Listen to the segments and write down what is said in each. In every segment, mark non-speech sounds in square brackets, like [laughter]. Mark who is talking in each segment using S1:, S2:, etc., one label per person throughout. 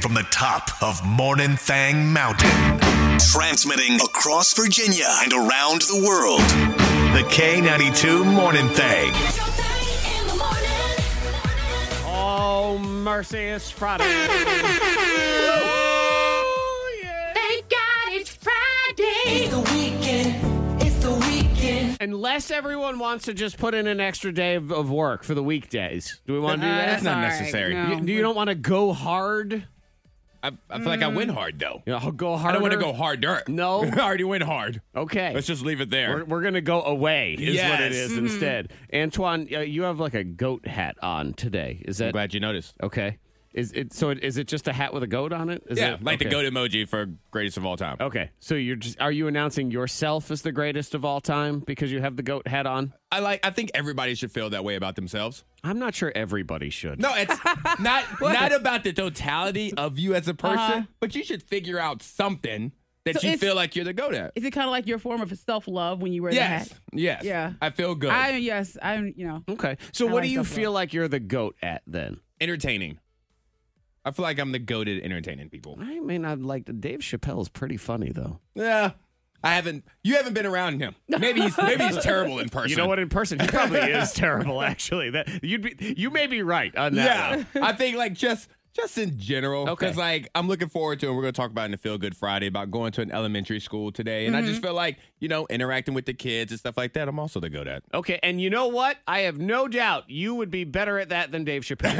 S1: from the top of Morning Thang Mountain, transmitting across Virginia and around the world. The K92 Morning Thang.
S2: It's your thing in the morning.
S3: Oh, mercy, it's
S4: [laughs]
S3: Friday. Oh, yeah.
S2: Thank God it's Friday.
S5: the weekend. It's the weekend.
S3: Unless everyone wants to just put in an extra day of, of work for the weekdays. Do we want to do
S4: Uh,
S3: that?
S4: that's not
S6: all right,
S4: necessary.
S6: no.
S3: You, you don't want to go hard?
S4: I, I feel like I win hard though.
S3: You know, go
S4: I
S3: harder?
S4: don't want to go harder. [laughs]
S3: No.
S4: I already went hard.
S3: Okay.
S4: Let's just leave it there.
S3: we're we're going to go away, is what it
S4: Yes. Mm-hmm.
S3: is instead. Antoine, uh, you have like a goat hat on today. Is
S4: I'm
S3: that
S4: glad you noticed.
S3: okay? Is it so? It, is it just a hat with a goat on it? Is
S4: yeah,
S3: it,
S4: like the
S3: okay.
S4: goat emoji for greatest of all time.
S3: Okay, so you're just are you announcing yourself as the greatest of all time because you have the goat hat on?
S4: I like. I think everybody should feel that way about themselves.
S3: I'm not sure everybody should.
S4: No, it's not not about the totality of you as a person, but you should figure out something that
S6: So
S4: you
S6: it's-
S4: feel like you're the goat at.
S6: Is it kind of like your form of self love when you wear
S4: Yes,
S6: the hat?
S4: yes.
S6: Yeah.
S4: I feel good.
S6: I yes, I'm you know
S3: Okay. So
S6: I
S3: what do
S6: like
S3: you
S6: that, bro.
S3: feel like you're the goat at then?
S4: entertaining. I feel like I'm the goat at entertaining people.
S3: I mean, I'm like Dave Chappelle's pretty funny though.
S4: Yeah. I haven't. You haven't been around
S6: [laughs]
S4: him. Maybe he's maybe he's terrible in person.
S3: You know what? In person, he [laughs] probably is terrible. Actually, that you'd be you may be right on that.
S4: Yeah,
S3: one.
S4: I think like just just in general,
S3: Okay.
S4: because like I'm looking forward to, and we're gonna talk about in the Feel Good Friday about going to an elementary school today, and
S6: Mm-hmm.
S4: I just feel like you know interacting with the kids and stuff like that. I'm also the go at.
S3: Okay, and you know what? I have no doubt you would be better at that than Dave
S6: [laughs]
S3: Chappelle.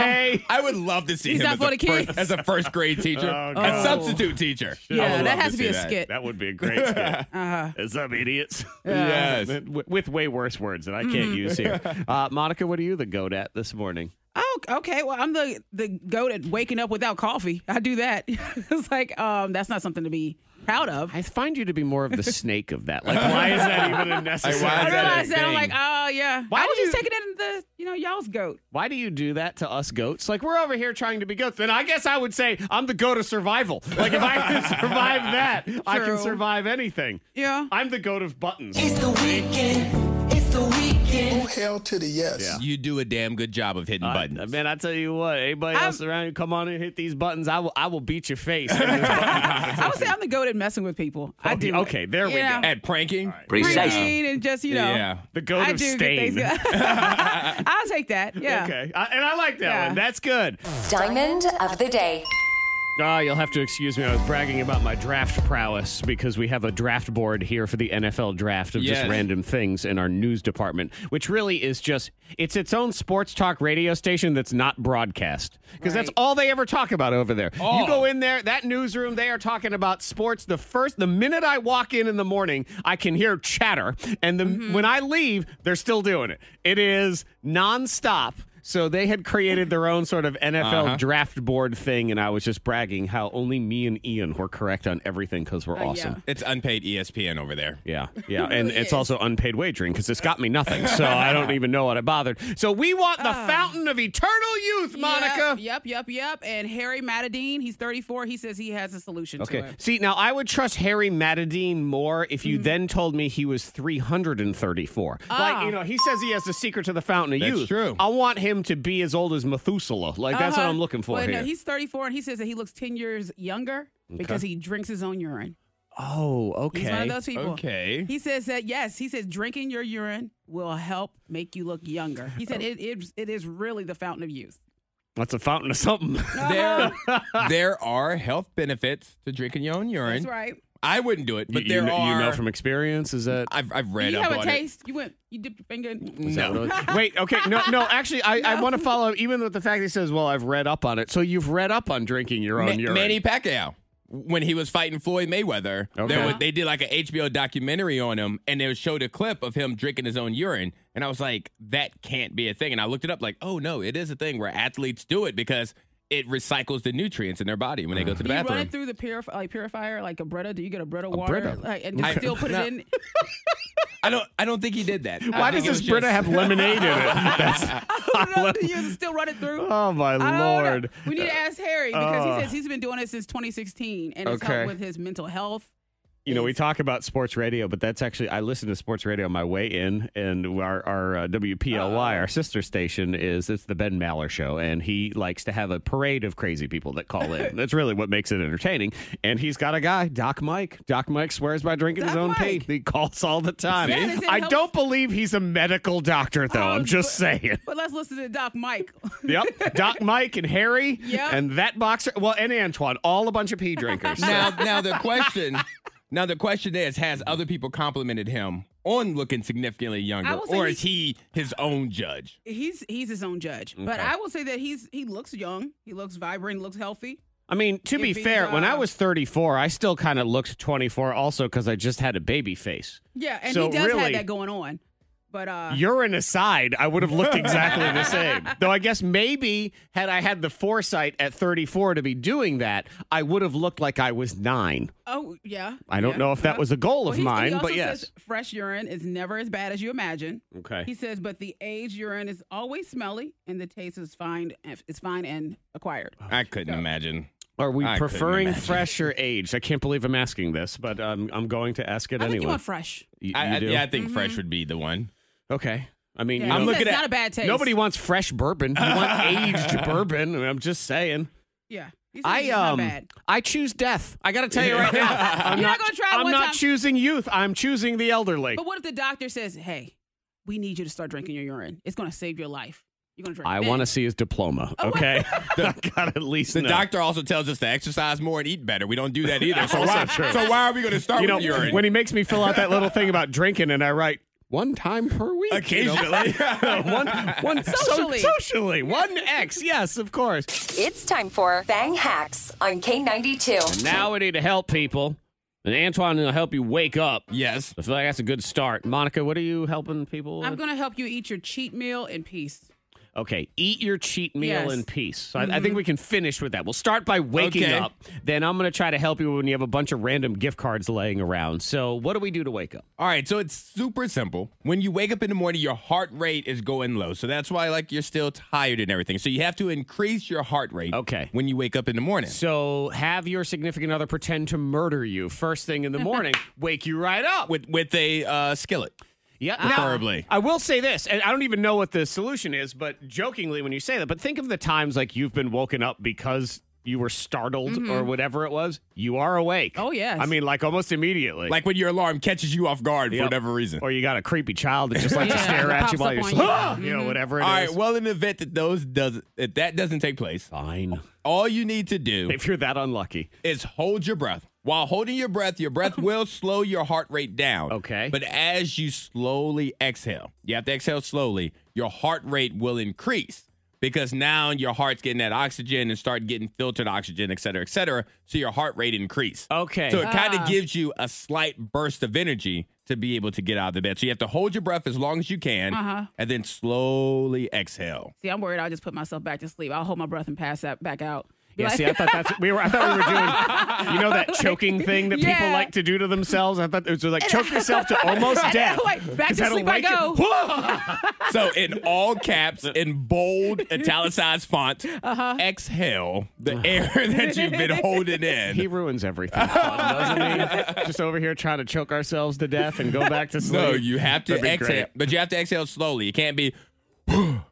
S3: Okay.
S4: I would love to see
S6: He's
S4: him
S6: not
S4: as,
S6: for
S4: a
S6: the
S4: fir-
S6: kids.
S4: as a first grade teacher,
S3: Oh,
S4: a
S3: God.
S4: substitute teacher. I would
S6: yeah
S4: love
S6: that has to
S4: see
S6: be a
S4: that.
S6: skit.
S3: That would be a great skit.
S6: [laughs] Uh-huh.
S3: Is up,
S6: [laughs]
S3: idiots?
S4: Yes.
S3: With- With way worse words that I
S6: Mm-hmm.
S3: can't use
S6: [laughs]
S3: here. Uh, Monica, what are you the goat at this morning?
S6: Oh okay. Well, I'm the the goat at waking up without coffee. I do that. [laughs] it's like um that's not something to be proud of.
S3: I find you to be more of the snake of that. Like, why is [laughs] that even a necessary?
S4: Like, why
S6: I
S4: is that
S6: realize that I'm
S4: thing?
S6: like oh yeah.
S3: Why
S6: I was
S3: would
S6: just
S3: you-
S6: taking it in the you know y'all's goat.
S3: Why do you do that to us goats? Like we're over here trying to be goats. Then I guess I would say I'm the goat of survival. Like if I
S6: [laughs]
S3: can survive that, I can
S6: True.
S3: survive anything.
S6: Yeah.
S3: I'm the goat of buttons.
S5: It's the weekend. It's the weekend.
S7: Hell to the yes.
S4: You do a damn good job of hitting buttons.
S3: Uh, man, I tell you what, anybody
S6: I'm-
S3: else around you, come on and hit these buttons. I will, I will beat your
S6: [laughs]
S3: face. in this button.
S6: I would say I'm the goat at messing with people. I do. it.
S3: Okay, there we
S6: Yeah.
S3: go.
S4: at pranking,
S6: Preteen and just you know.
S4: yeah.
S3: The goat
S6: I
S3: of
S6: do good
S3: stain.
S6: things. [laughs] I'll take that. Yeah.
S3: Okay, I, and I like that
S6: Yeah.
S3: one. That's good.
S8: Diamond of the day.
S3: Ah, you'll have to excuse me. I was bragging about my draft prowess because we have a draft board here for the NFL draft of just
S4: Yes.
S3: random things in our news department, which really is just it's its own sports talk radio station that's not broadcast because that's
S6: Right.
S3: all they ever talk about over there. You
S4: Oh.
S3: go in there, that newsroom, they are talking about sports. The first, the minute I walk in in the morning, I can hear chatter, and the,
S6: Mm-hmm.
S3: when I leave, they're still doing it. It is nonstop. So they had created their own sort of NFL
S6: Uh-huh.
S3: draft board thing, and I was just bragging how only me and Ian were correct on everything because we're
S6: Oh, yeah.
S3: awesome.
S4: It's unpaid E ESPN over there.
S6: [laughs]
S3: Yeah, yeah, and it's also unpaid wagering because it's got me nothing, so I
S6: [laughs]
S3: don't even know what I bothered. So we want the fountain of eternal youth, Monica.
S6: Oh. Yep, yep, yep, yep. And Harry Matadine, he's 34. He says he has a solution to
S3: Okay.
S6: it. Mm-hmm.
S3: See, now I would trust Harry Matadine more if you then told me he was 334. Like,
S6: Ah.
S3: you know, he says he has the secret to the fountain of
S4: That's
S3: youth.
S4: true.
S3: I want him to be as old as Methuselah. Like, that's what
S6: Uh-huh.
S3: I'm looking for
S6: Well,
S3: here.
S6: no, he's 34, and he says that he looks 10 years younger because he drinks his own urine.
S3: oh, okay.
S6: He's one of those people.
S4: Okay.
S6: He says that yes, he says drinking your urine will help make you look younger. He
S3: Oh.
S6: said it, it, it is really the fountain of youth.
S3: That's a fountain of something.
S4: There, [laughs] there are health benefits to drinking your own urine.
S6: That's right.
S4: I wouldn't do it,
S3: [laughs]
S4: but
S3: you,
S4: there
S3: you, kn-
S4: are.
S3: you know from experience, is that.
S4: I've, I've read
S6: you
S4: up
S6: have a
S4: on it.
S6: taste. You went, you dipped your finger in.
S3: is that [laughs]
S4: No.
S3: what it- Wait, okay. No, no, actually, I, I want to follow up even with the fact that he says, well, I've read up on it. So you've read up on drinking your own
S4: Ma-
S3: urine.
S4: Manny Pacquiao, when he was fighting Floyd Mayweather,
S3: Okay.
S4: there was, they did like an HBO documentary on him, and they showed a clip of him drinking his own urine. And I was like, that can't be a thing. And I looked it up, like, oh no, it is a thing where athletes do it because it recycles the nutrients in their body when they go to the
S6: Do [laughs] you run
S4: bathroom.
S6: it through the purif- like purifier, like a Brita? Do you get a Brita water?
S3: Brita? [laughs]
S6: Like, and
S4: I-
S6: still put
S4: No.
S6: it in? [laughs]
S4: I don't. I don't think he did that.
S3: Why does this Brita have
S4: [laughs]
S3: lemonade in it? That's-
S6: I don't know. Do you still run it through?
S3: oh, my
S6: I don't know.
S3: Lord.
S6: We need to ask Harry because
S3: Uh,
S6: he says he's been doing it since 2016 and it's
S3: okay.
S6: helped with his mental health.
S3: You know, we talk about sports radio, but that's actually I listen to sports radio on my way in, and our our uh, WPLY,
S6: Ah.
S3: our sister station, is it's the Ben Maller show, and he likes to have a parade of crazy people that call
S6: [laughs]
S3: in. that's really what makes it entertaining. And he's got a guy, Doc Mike. Doc Mike swears by drinking his
S6: Doc
S3: own pee.
S6: Mike.
S3: He calls all the time.
S6: That is- it
S3: I
S6: helps-
S3: don't believe he's a medical doctor, though.
S6: Oh,
S3: I'm just saying.
S6: But let's listen to Doc Mike. [laughs]
S3: Yep. Doc Mike and Harry
S6: Yep.
S3: and that boxer. Well, and Antoine, all a bunch of pee
S6: [laughs]
S3: drinkers.
S4: Now, now the question, now the question is: Has other people complimented him on looking significantly
S6: I
S4: younger,
S6: will say
S4: or
S6: he-
S4: is he his own judge?
S6: he's he's his own judge. But I will say that he's he looks young. He looks vibrant. Looks healthy.
S3: I mean, to be
S6: If he's,
S3: fair, when I
S6: uh,
S3: was 34, I still kind of looked 24 also because I just had a baby face.
S6: Yeah, and
S3: So
S6: he does
S3: really-
S6: have that going on. But uh,
S3: Urine aside, I would have looked exactly the
S6: [laughs]
S3: same. Though I guess maybe had I had the foresight at 34 to be doing that, I would have looked like I was nine.
S6: oh yeah.
S3: I don't
S6: yeah.
S3: know if that was a goal
S6: Well,
S3: of
S6: he- he
S3: mine,
S6: also
S3: but yes.
S6: says fresh urine is never as bad as you imagine.
S3: Okay.
S6: He says, but the aged urine is always smelly, and the taste is fine. Is fine and acquired.
S4: I couldn't imagine.
S3: Are we
S4: I couldn't
S3: preferring
S4: imagine.
S3: fresh or aged? I can't believe I'm asking this, but um, I'm going to ask it
S6: I think you
S3: anyway.
S6: want fresh.
S3: You-
S4: I,
S3: you
S4: I,
S3: do?
S4: yeah, I think
S6: Mm-hmm.
S4: fresh would be the one.
S3: Okay. I mean,
S6: Yeah.
S3: you
S6: I'm
S3: know-
S6: looking It's at- not a bad taste.
S3: Nobody wants fresh bourbon. You
S6: [laughs]
S3: want aged bourbon. I'm just saying.
S6: Yeah. He says
S3: I
S6: it's not
S3: um [laughs]
S6: bad.
S3: I choose death. I got to tell you right now.
S6: [laughs]
S3: I'm
S6: You're not gonna try it
S3: I'm
S6: one
S3: not
S6: time?
S3: choosing youth. I'm choosing the elderly.
S6: But what if the doctor says, "Hey, we need you to start drinking your urine. It's going to save your life. You're going to drink."
S3: I
S6: then."
S3: want to see his diploma.
S6: Oh,
S3: Okay, [laughs] I got at least
S4: The
S3: know.
S4: doctor also tells us to exercise more and eat better. We don't do that [laughs] either. So
S3: Also
S4: why?
S3: true.
S4: So why are we going to start
S3: You know,
S4: with urine?
S3: when he makes me fill out that little thing about drinking, and I write one time per week,
S4: [laughs] Occasionally.
S3: [laughs]
S4: [laughs]
S3: one, one so-
S6: Socially.
S3: socially, one X. Yes, of course.
S8: It's time for Bang Hacks on K92.
S3: Now we need to help people, and Antoine will help you wake up.
S4: yes.
S3: I feel like that's a good start. Monica, what are you helping people with?
S6: I'm going to help you eat your cheat meal in peace.
S3: Okay, eat your cheat meal
S6: Yes. Mm-hmm.
S3: in peace. So I, I think we can finish with that. We'll start by waking
S4: Okay.
S3: up. Then I'm going to try to help you when you have a bunch of random gift cards laying around. So what do we do to wake up?
S4: All right, so it's super simple. When you wake up in the morning, your heart rate is going low. So that's why like you're still tired and everything. So you have to increase your heart rate
S3: Okay.
S4: when you wake up in the morning.
S3: So have your significant other pretend to murder you first thing in the
S6: [laughs]
S3: morning, wake you right up.
S4: With with a uh, skillet.
S3: Yeah,
S4: Preferably.
S3: Now, I will say this, and I don't even know what the solution is, but jokingly when you say that, but think of the times like you've been woken up because you were startled or whatever it was. You are awake.
S6: Mm-hmm. Oh, yes.
S3: I mean, like almost immediately.
S4: Like when your alarm catches you off guard for
S3: Yep.
S4: whatever reason. [laughs]
S3: Or you got a creepy child that just likes to
S6: Yeah,
S3: stare at you
S6: pops
S3: while
S6: up
S3: you're
S6: on
S3: sleeping.
S6: you. Mm-hmm.
S3: "Ah!" [gasps] you know, whatever it is.
S4: All right, well in the event that those does if that doesn't take place,
S3: Fine.
S4: all you need to do
S3: If you're that unlucky.
S4: is hold your breath. While holding your breath,
S3: [laughs]
S4: your breath will slow your heart rate down.
S3: Okay.
S4: But as you slowly exhale, you have to exhale slowly, your heart rate will increase because now your heart's getting that oxygen and start getting filtered oxygen, et cetera, et cetera. So your heart rate increase.
S3: Okay.
S4: So it kind
S6: Ah.
S4: of gives you a slight burst of energy to be able to get out of the bed. So you have to hold your breath as long as you can
S6: Uh-huh.
S4: and then slowly exhale.
S6: See, I'm worried I'll just put myself back to sleep. I'll hold my breath and pass that back out. Be
S3: yeah,
S6: like- [laughs]
S3: see, I thought that's we were. I thought we were doing, you know, that choking thing that people
S6: Yeah.
S3: like to do to themselves. I thought it was like
S6: [laughs]
S3: choke yourself to almost
S6: Right.
S3: death.
S6: Like, back
S3: 'Cause
S6: to
S3: that'll
S6: sleep I
S3: wake you-
S6: go.
S4: So in all caps, in bold italicized font,
S6: Uh-huh.
S4: exhale the air [laughs] that you've been holding
S3: He
S4: in.
S3: ruins everything, doesn't
S4: [laughs]
S3: he? Just over here trying to choke ourselves to death and go back to sleep.
S4: No, you have to
S3: That'd be
S4: exhale,
S3: great.
S4: but you have to exhale slowly. It can't be.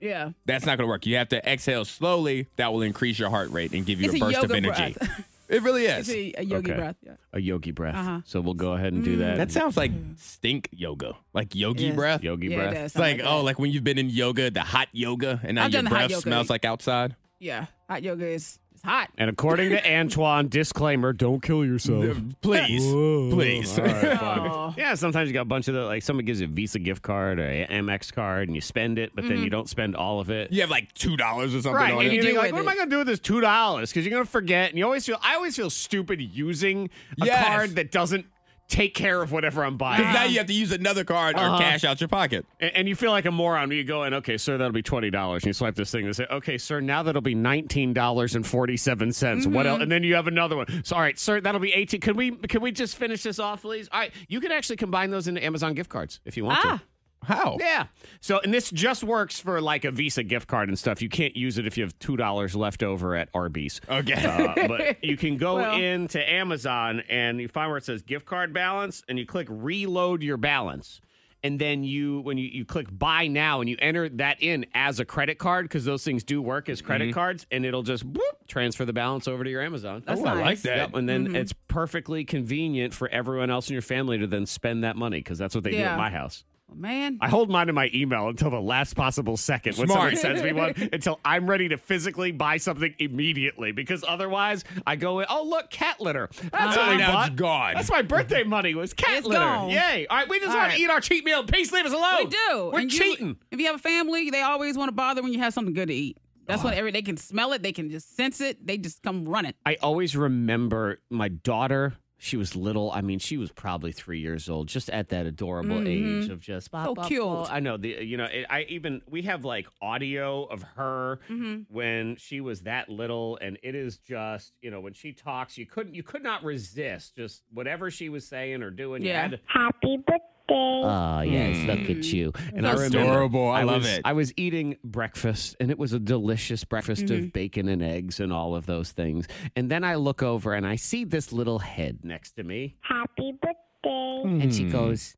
S6: yeah.
S4: That's not going to work. You have to exhale slowly. That will increase your heart rate and give you
S6: It's
S4: a
S6: a
S4: burst of
S6: yoga
S4: energy.
S6: breath.
S4: It really
S6: It's
S4: is.
S6: a, a yogi
S3: Okay.
S6: breath. Yeah.
S3: a yogi breath.
S6: Uh-huh.
S3: So we'll go ahead and do that.
S4: That sounds like
S6: Mm.
S4: stink yoga, like yogi
S6: Yes.
S4: breath.
S3: yogi
S6: Yeah, it
S3: breath. uh,
S6: does.
S4: It's like oh, like when you've been in yoga, the hot yoga, and now
S6: I've
S4: your
S6: done the hot
S4: breath
S6: yoga.
S4: smells like outside.
S6: Yeah. Hot yoga is it's hot.
S3: And according to Antoine, disclaimer: don't kill yourself.
S4: Please, please.
S6: Oh.
S3: Yeah, sometimes you got a bunch of the like someone gives you a Visa gift card or a Amex card and you spend it, but
S6: Mm-hmm.
S3: then you don't spend all of it.
S4: [laughs] You have like two dollars or something
S3: Right,
S4: on
S3: and
S4: it.
S3: you
S6: do
S3: think like,
S6: with
S3: what am
S6: it.
S3: I going to do with this two dollars? Because you're going to forget, and you always feel. I always feel stupid using a
S4: Yes.
S3: card that doesn't take care of whatever I'm buying,
S4: Because now
S6: um,
S4: you have to use another card or cash out your pocket.
S3: and, and you feel like a moron when you go in. Okay, sir, that'll be twenty dollars, and you swipe this thing and say, okay, sir, now that'll be nineteen dollars and What
S6: Mm-hmm.
S3: else? And then you have another one. So, all right, sir, that'll be eighteen. Can we can we just finish this off, please? All right, you can actually combine those into Amazon gift cards if you want
S6: Ah.
S3: to.
S4: How?
S3: Yeah. So, and this just works for like a Visa gift card and stuff. You can't use it if you have $2 left over at Arby's.
S4: [laughs] Okay.
S3: Uh, but you can go
S6: Well-
S3: into Amazon and you find where it says gift card balance and you click reload your balance. And then you, when you, you click buy now and you enter that in as a credit card, because those things do work as credit cards, and it'll just whoop, transfer the balance over to your Amazon.
S6: That's
S4: Ooh, I like
S6: nice.
S4: that.
S3: Yep, and then it's perfectly convenient for everyone else in your family to then spend that money because that's what they do at
S6: Yeah.
S3: my house.
S6: Oh, Man.
S3: I hold mine in my email until the last possible second when
S4: Smart.
S3: someone sends me
S4: [laughs]
S3: one until I'm ready to physically buy something immediately because otherwise I go in, oh look, cat litter. That's
S4: Ah,
S3: what we
S4: now
S3: bought.
S4: it's gone.
S3: That's my birthday money was cat
S6: It's
S3: litter.
S6: gone.
S3: Yay. All right, we just
S6: All
S3: want
S6: right.
S3: to eat our cheat meal. in Peace, leave us alone.
S6: We do.
S3: We're
S6: And you-
S3: cheating.
S6: if you have a family, they always want to bother when you have something good to eat. That's
S3: Uh-huh.
S6: what every they can smell it, they can just sense it, they just come running.
S3: I always remember my daughter. She was little. I mean, she was probably three years old, just at that adorable age of just
S6: Mm-hmm. So cute.
S3: I know the you know it, I even we have like audio of her when she was that little, and it is just you know when she talks, you couldn't you could not resist just whatever she was saying or doing. You
S6: Yeah.
S3: had to-
S7: Happy birthday.
S3: Oh yes, look at you. And I remember
S4: Adorable. I love
S3: was,
S4: it.
S3: I was eating breakfast and it was a delicious breakfast of bacon and eggs and all of those things. And then I look over and I see this little head next to me
S7: Happy birthday.
S3: and she goes,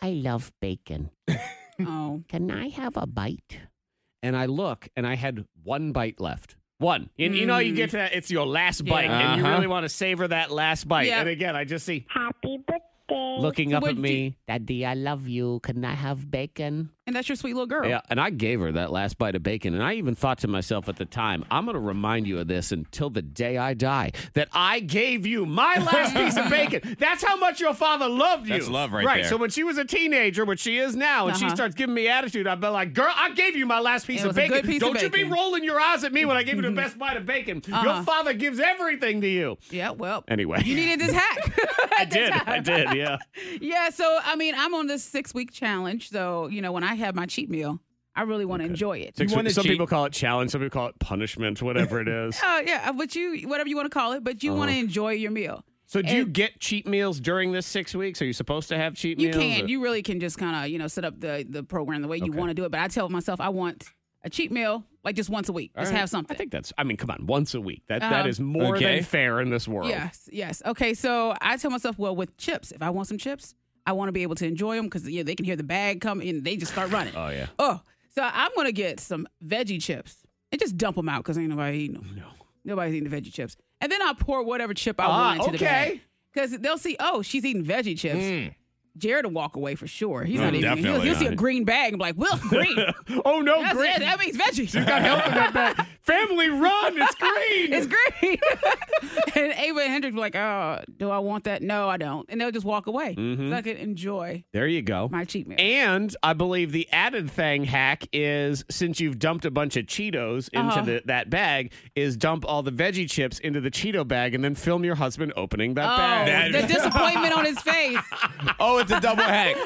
S3: I love bacon.
S6: [laughs] Oh.
S3: Can I have a bite? And I look and I had one bite left. One. And you know you get to that it's your last bite and you
S4: Uh-huh.
S3: really want to savor that last bite.
S6: Yeah.
S3: And again, I just see
S7: Happy birthday.
S3: looking up
S6: Would
S3: at
S6: you-
S3: me, Daddy, I love you. Can I have bacon?
S6: And that's your sweet little girl.
S3: Yeah, and I gave her that last bite of bacon. And I even thought to myself at the time, I'm going to remind you of this until the day I die that I gave you my last piece of
S6: [laughs]
S3: bacon. That's how much your father loved you.
S4: That's love right
S3: Right.
S4: there.
S3: So when she was a teenager, which she is now, and she
S6: Uh-huh.
S3: starts giving me attitude, I'd be like, girl, I gave you my last piece of
S6: It was a
S3: bacon.
S6: good piece of
S3: Don't you be
S6: bacon."
S3: rolling your eyes at me when I gave you the
S6: [laughs]
S3: best bite of bacon. Your
S6: Uh-huh.
S3: father gives everything to you.
S6: Yeah, well.
S3: Anyway.
S6: You needed this hack.
S3: [laughs]
S6: [laughs]
S3: I did. I did. Yeah.
S6: Yeah, so I mean, I'm on this six week challenge. So, you know, when I have my cheat meal, I really want to enjoy it.
S4: Six- wanna
S3: some
S4: cheat?
S3: people call it challenge. Some people call it punishment. Whatever it is.
S6: Oh, yeah, but you, whatever you want to call it, but you want
S3: Uh-huh.
S6: to enjoy your meal.
S3: So do you
S6: And-
S3: get cheat meals during this six weeks? Are you supposed to have cheat
S6: You
S3: meals?
S6: can. You really can just kind of, you know, set up the, the program the way you want to do it. But I tell myself I want a cheat meal like just once a week. just have
S3: I
S6: something.
S3: think that's. I mean, come on, once a week. That that
S6: Uh-huh.
S3: is more
S4: Okay.
S3: than fair in this world.
S6: Yes, yes. Okay, so I tell myself, well, with chips, if I want some chips, I want to be able to enjoy them because you know, they can hear the bag come and they just start running. oh
S3: yeah.
S6: Oh, so I'm gonna get some veggie chips and just dump them out because ain't nobody eating them. No, nobody's eating the veggie chips. And then I'll pour whatever chip I
S3: Ah,
S6: want into the bag
S3: okay. Hmm.
S6: because they'll see, oh, she's eating veggie chips. Jared will walk away for sure. He's
S4: No,
S6: not even. He'll,
S4: definitely
S6: he'll see a
S4: not.
S6: green bag and be like, "Well,
S3: [laughs]
S6: green.
S3: Oh no,
S6: That's
S3: green.
S6: It. That means veggies."
S3: Got help in that bag. Family run. It's green.
S6: [laughs] It's great. [laughs] and Ava and Hendrix were like, oh, do I want that? No, I don't. And they'll just walk away. So I can enjoy
S3: there you go.
S6: my cheat meal.
S3: and I believe the added thing hack is since you've dumped a bunch of Cheetos into
S6: Uh-huh.
S3: the, that bag, is dump all the veggie chips into the Cheeto bag and then film your husband opening that
S6: oh,
S3: bag.
S6: the disappointment on his face.
S4: Oh, it's a double hack.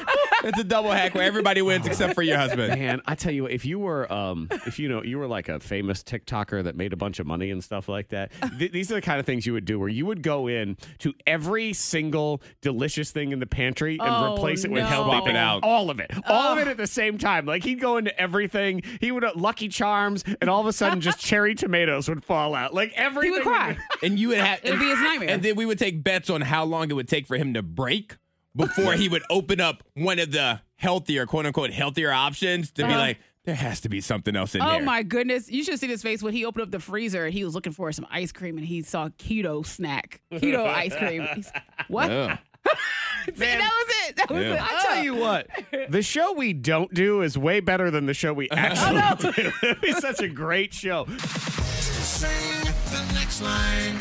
S4: It's a double hack where everybody wins except for your husband.
S3: Man, I tell you, what, if you were, um, if you know, you were like a famous TikToker that made a bunch of money and stuff like
S6: [laughs]
S3: that. Th- these are the kind of things you would do, where you would go in to every single delicious thing in the pantry and
S6: Oh,
S3: replace it with
S6: no.
S3: healthy
S4: Swap it
S3: things.
S4: out.
S3: all of it, all of it at the same time. Like he'd go into everything. He would uh, Lucky Charms, and all of a sudden,
S6: [laughs]
S3: just cherry tomatoes would fall out. Like
S6: He
S3: everything.
S6: would cry.
S4: And you would have
S6: It'd be his nightmare.
S4: And then we would take bets on how long it would take for him to break before he would open up one of the healthier, quote unquote, healthier options to be like, there has to be something else in
S6: Uh-huh. Oh
S4: there.
S6: my goodness! You should see his face when he opened up the freezer and he was looking for some ice cream and he saw keto snack, keto ice cream. He's, what? [laughs] See, that was it. That was
S4: Yeah.
S6: it.
S3: I [laughs] tell you what, the show we don't do is way better than the show
S6: [laughs]
S3: we
S6: Oh,
S3: actually do. [laughs] it's such a great show.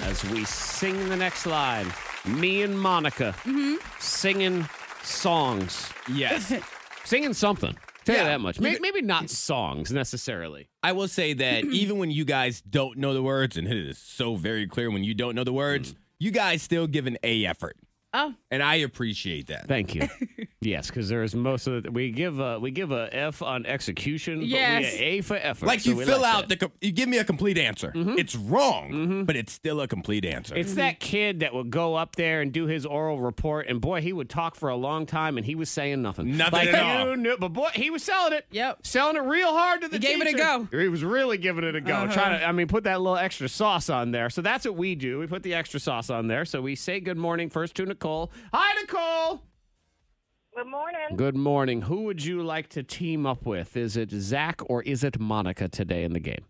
S3: As we sing the next line, me and Monica
S4: Mm-hmm.
S3: singing songs,
S4: Yes.
S3: singing something. Tell you
S4: Yeah.
S3: that much. Maybe, maybe not songs necessarily.
S4: I will say that even when you guys don't know the words, and it is so very clear when you don't know the words, you guys still give an A effort.
S6: Oh.
S4: And I appreciate that. [laughs]
S3: Thank you. Yes, because there's most of the, we give a, we give a F on execution,
S6: Yes.
S3: but we a A for effort.
S4: Like
S3: so
S4: you
S3: we
S4: fill
S3: like
S4: out
S3: that.
S4: the, com- you give me a complete answer. It's wrong, but it's still a complete answer.
S3: It's that
S6: Mm-hmm.
S3: kid that would go up there and do his oral report, and boy, he would talk for a long time, and he was saying nothing.
S4: Nothing
S3: like
S4: at all.
S3: you knew, but boy, he was selling it.
S6: Yep.
S3: selling it real hard to the.
S6: He gave it a
S3: teacher.
S6: go. Uh-huh.
S3: He was really giving it a go. Trying to, I mean, put that little extra sauce on there. So that's what we do. We put the extra sauce on there. So we say good morning first to Nicole. Hi, Nicole.
S7: Good morning.
S3: Good morning. Who would you like to team up with? Is it Zach or is it Monica today in the game?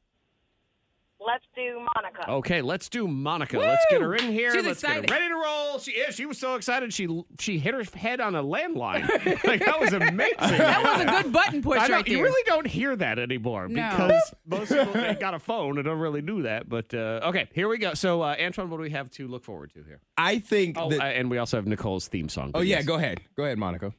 S7: Let's do Monica.
S3: Okay, let's do Monica. Let's get her in here.
S6: She's
S3: let's
S6: excited.
S3: get her ready to roll. She is. She was so excited. She she hit her head on a landline. [laughs] like that was amazing.
S6: That was a good button push
S3: I don't,
S6: right there.
S3: you
S6: [laughs]
S3: really don't hear that anymore
S6: No.
S3: because most people they got a phone and don't really do that. But uh, okay, here we go. So uh, Antoine, what do we have to look forward to here?
S4: I think.
S3: Oh,
S4: that,
S3: uh, and we also have Nicole's theme song.
S4: oh
S3: but
S4: yeah,
S3: yes.
S4: go ahead, go ahead, Monica.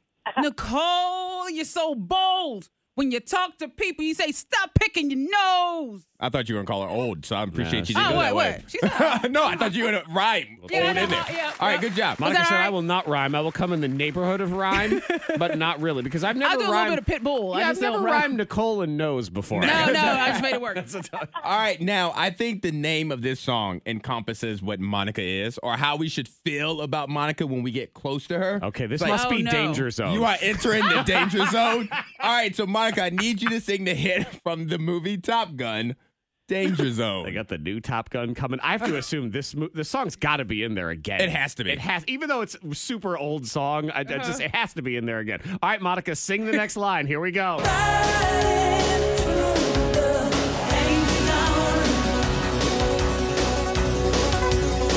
S6: Nicole, you're so bold. When you talk to people, you say, stop picking your nose.
S4: I thought you were gonna call her old, so I appreciate you
S3: she-
S4: didn't
S6: Oh,
S4: go
S6: what,
S4: that way.
S6: what? She
S4: [laughs]
S6: said-
S4: no, I thought you were gonna rhyme.
S6: Yeah,
S4: old
S6: no,
S4: in there.
S6: yeah,
S4: All right,
S6: no.
S4: good job.
S3: Monica
S6: that
S3: said,
S6: all
S3: "I
S6: right?
S3: will not rhyme. I will come in the neighborhood of
S6: [laughs]
S3: rhyme, but not really because I've never
S6: I do a
S3: rhymed.
S6: little bit of pit bull. I
S3: yeah, I've
S6: just
S3: never
S6: don't
S3: rhymed Nicole and nose before.
S6: No, no, [laughs] I just made it work.
S4: All right, now I think the name of this song encompasses what Monica is, or how we should feel about Monica when we get close to her.
S3: [laughs] Okay, this
S4: It's like,
S3: must
S6: Oh,
S3: be
S6: no.
S3: danger zone.
S4: You are entering the
S6: [laughs]
S4: danger zone. All right, so Monica, I need you to sing the hit from the movie Top Gun, Danger
S3: They
S4: Zone.
S3: got the new Top Gun coming. I have
S6: [laughs]
S3: to assume this mo- this song's got to be in there again.
S4: It has to be.
S3: It has, even though it's a super old song. I, I
S6: Uh-huh.
S3: just it has to be in there again. All right, Monica, sing the
S6: [laughs]
S3: next line. Here we go.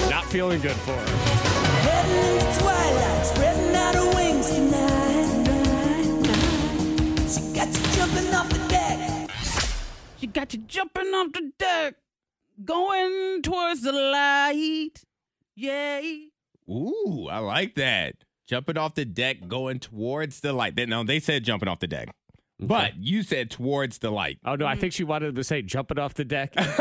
S3: Not feeling good for her.
S6: You got you jumping off the deck, going towards the light. Yay.
S4: Ooh, I like that. Jumping off the deck, going towards the light. They- No, they said jumping off the deck, but you said towards the light.
S6: [laughs]
S3: Oh no, I
S6: Mm.
S3: think she wanted to say jumping off the deck. [laughs] jumping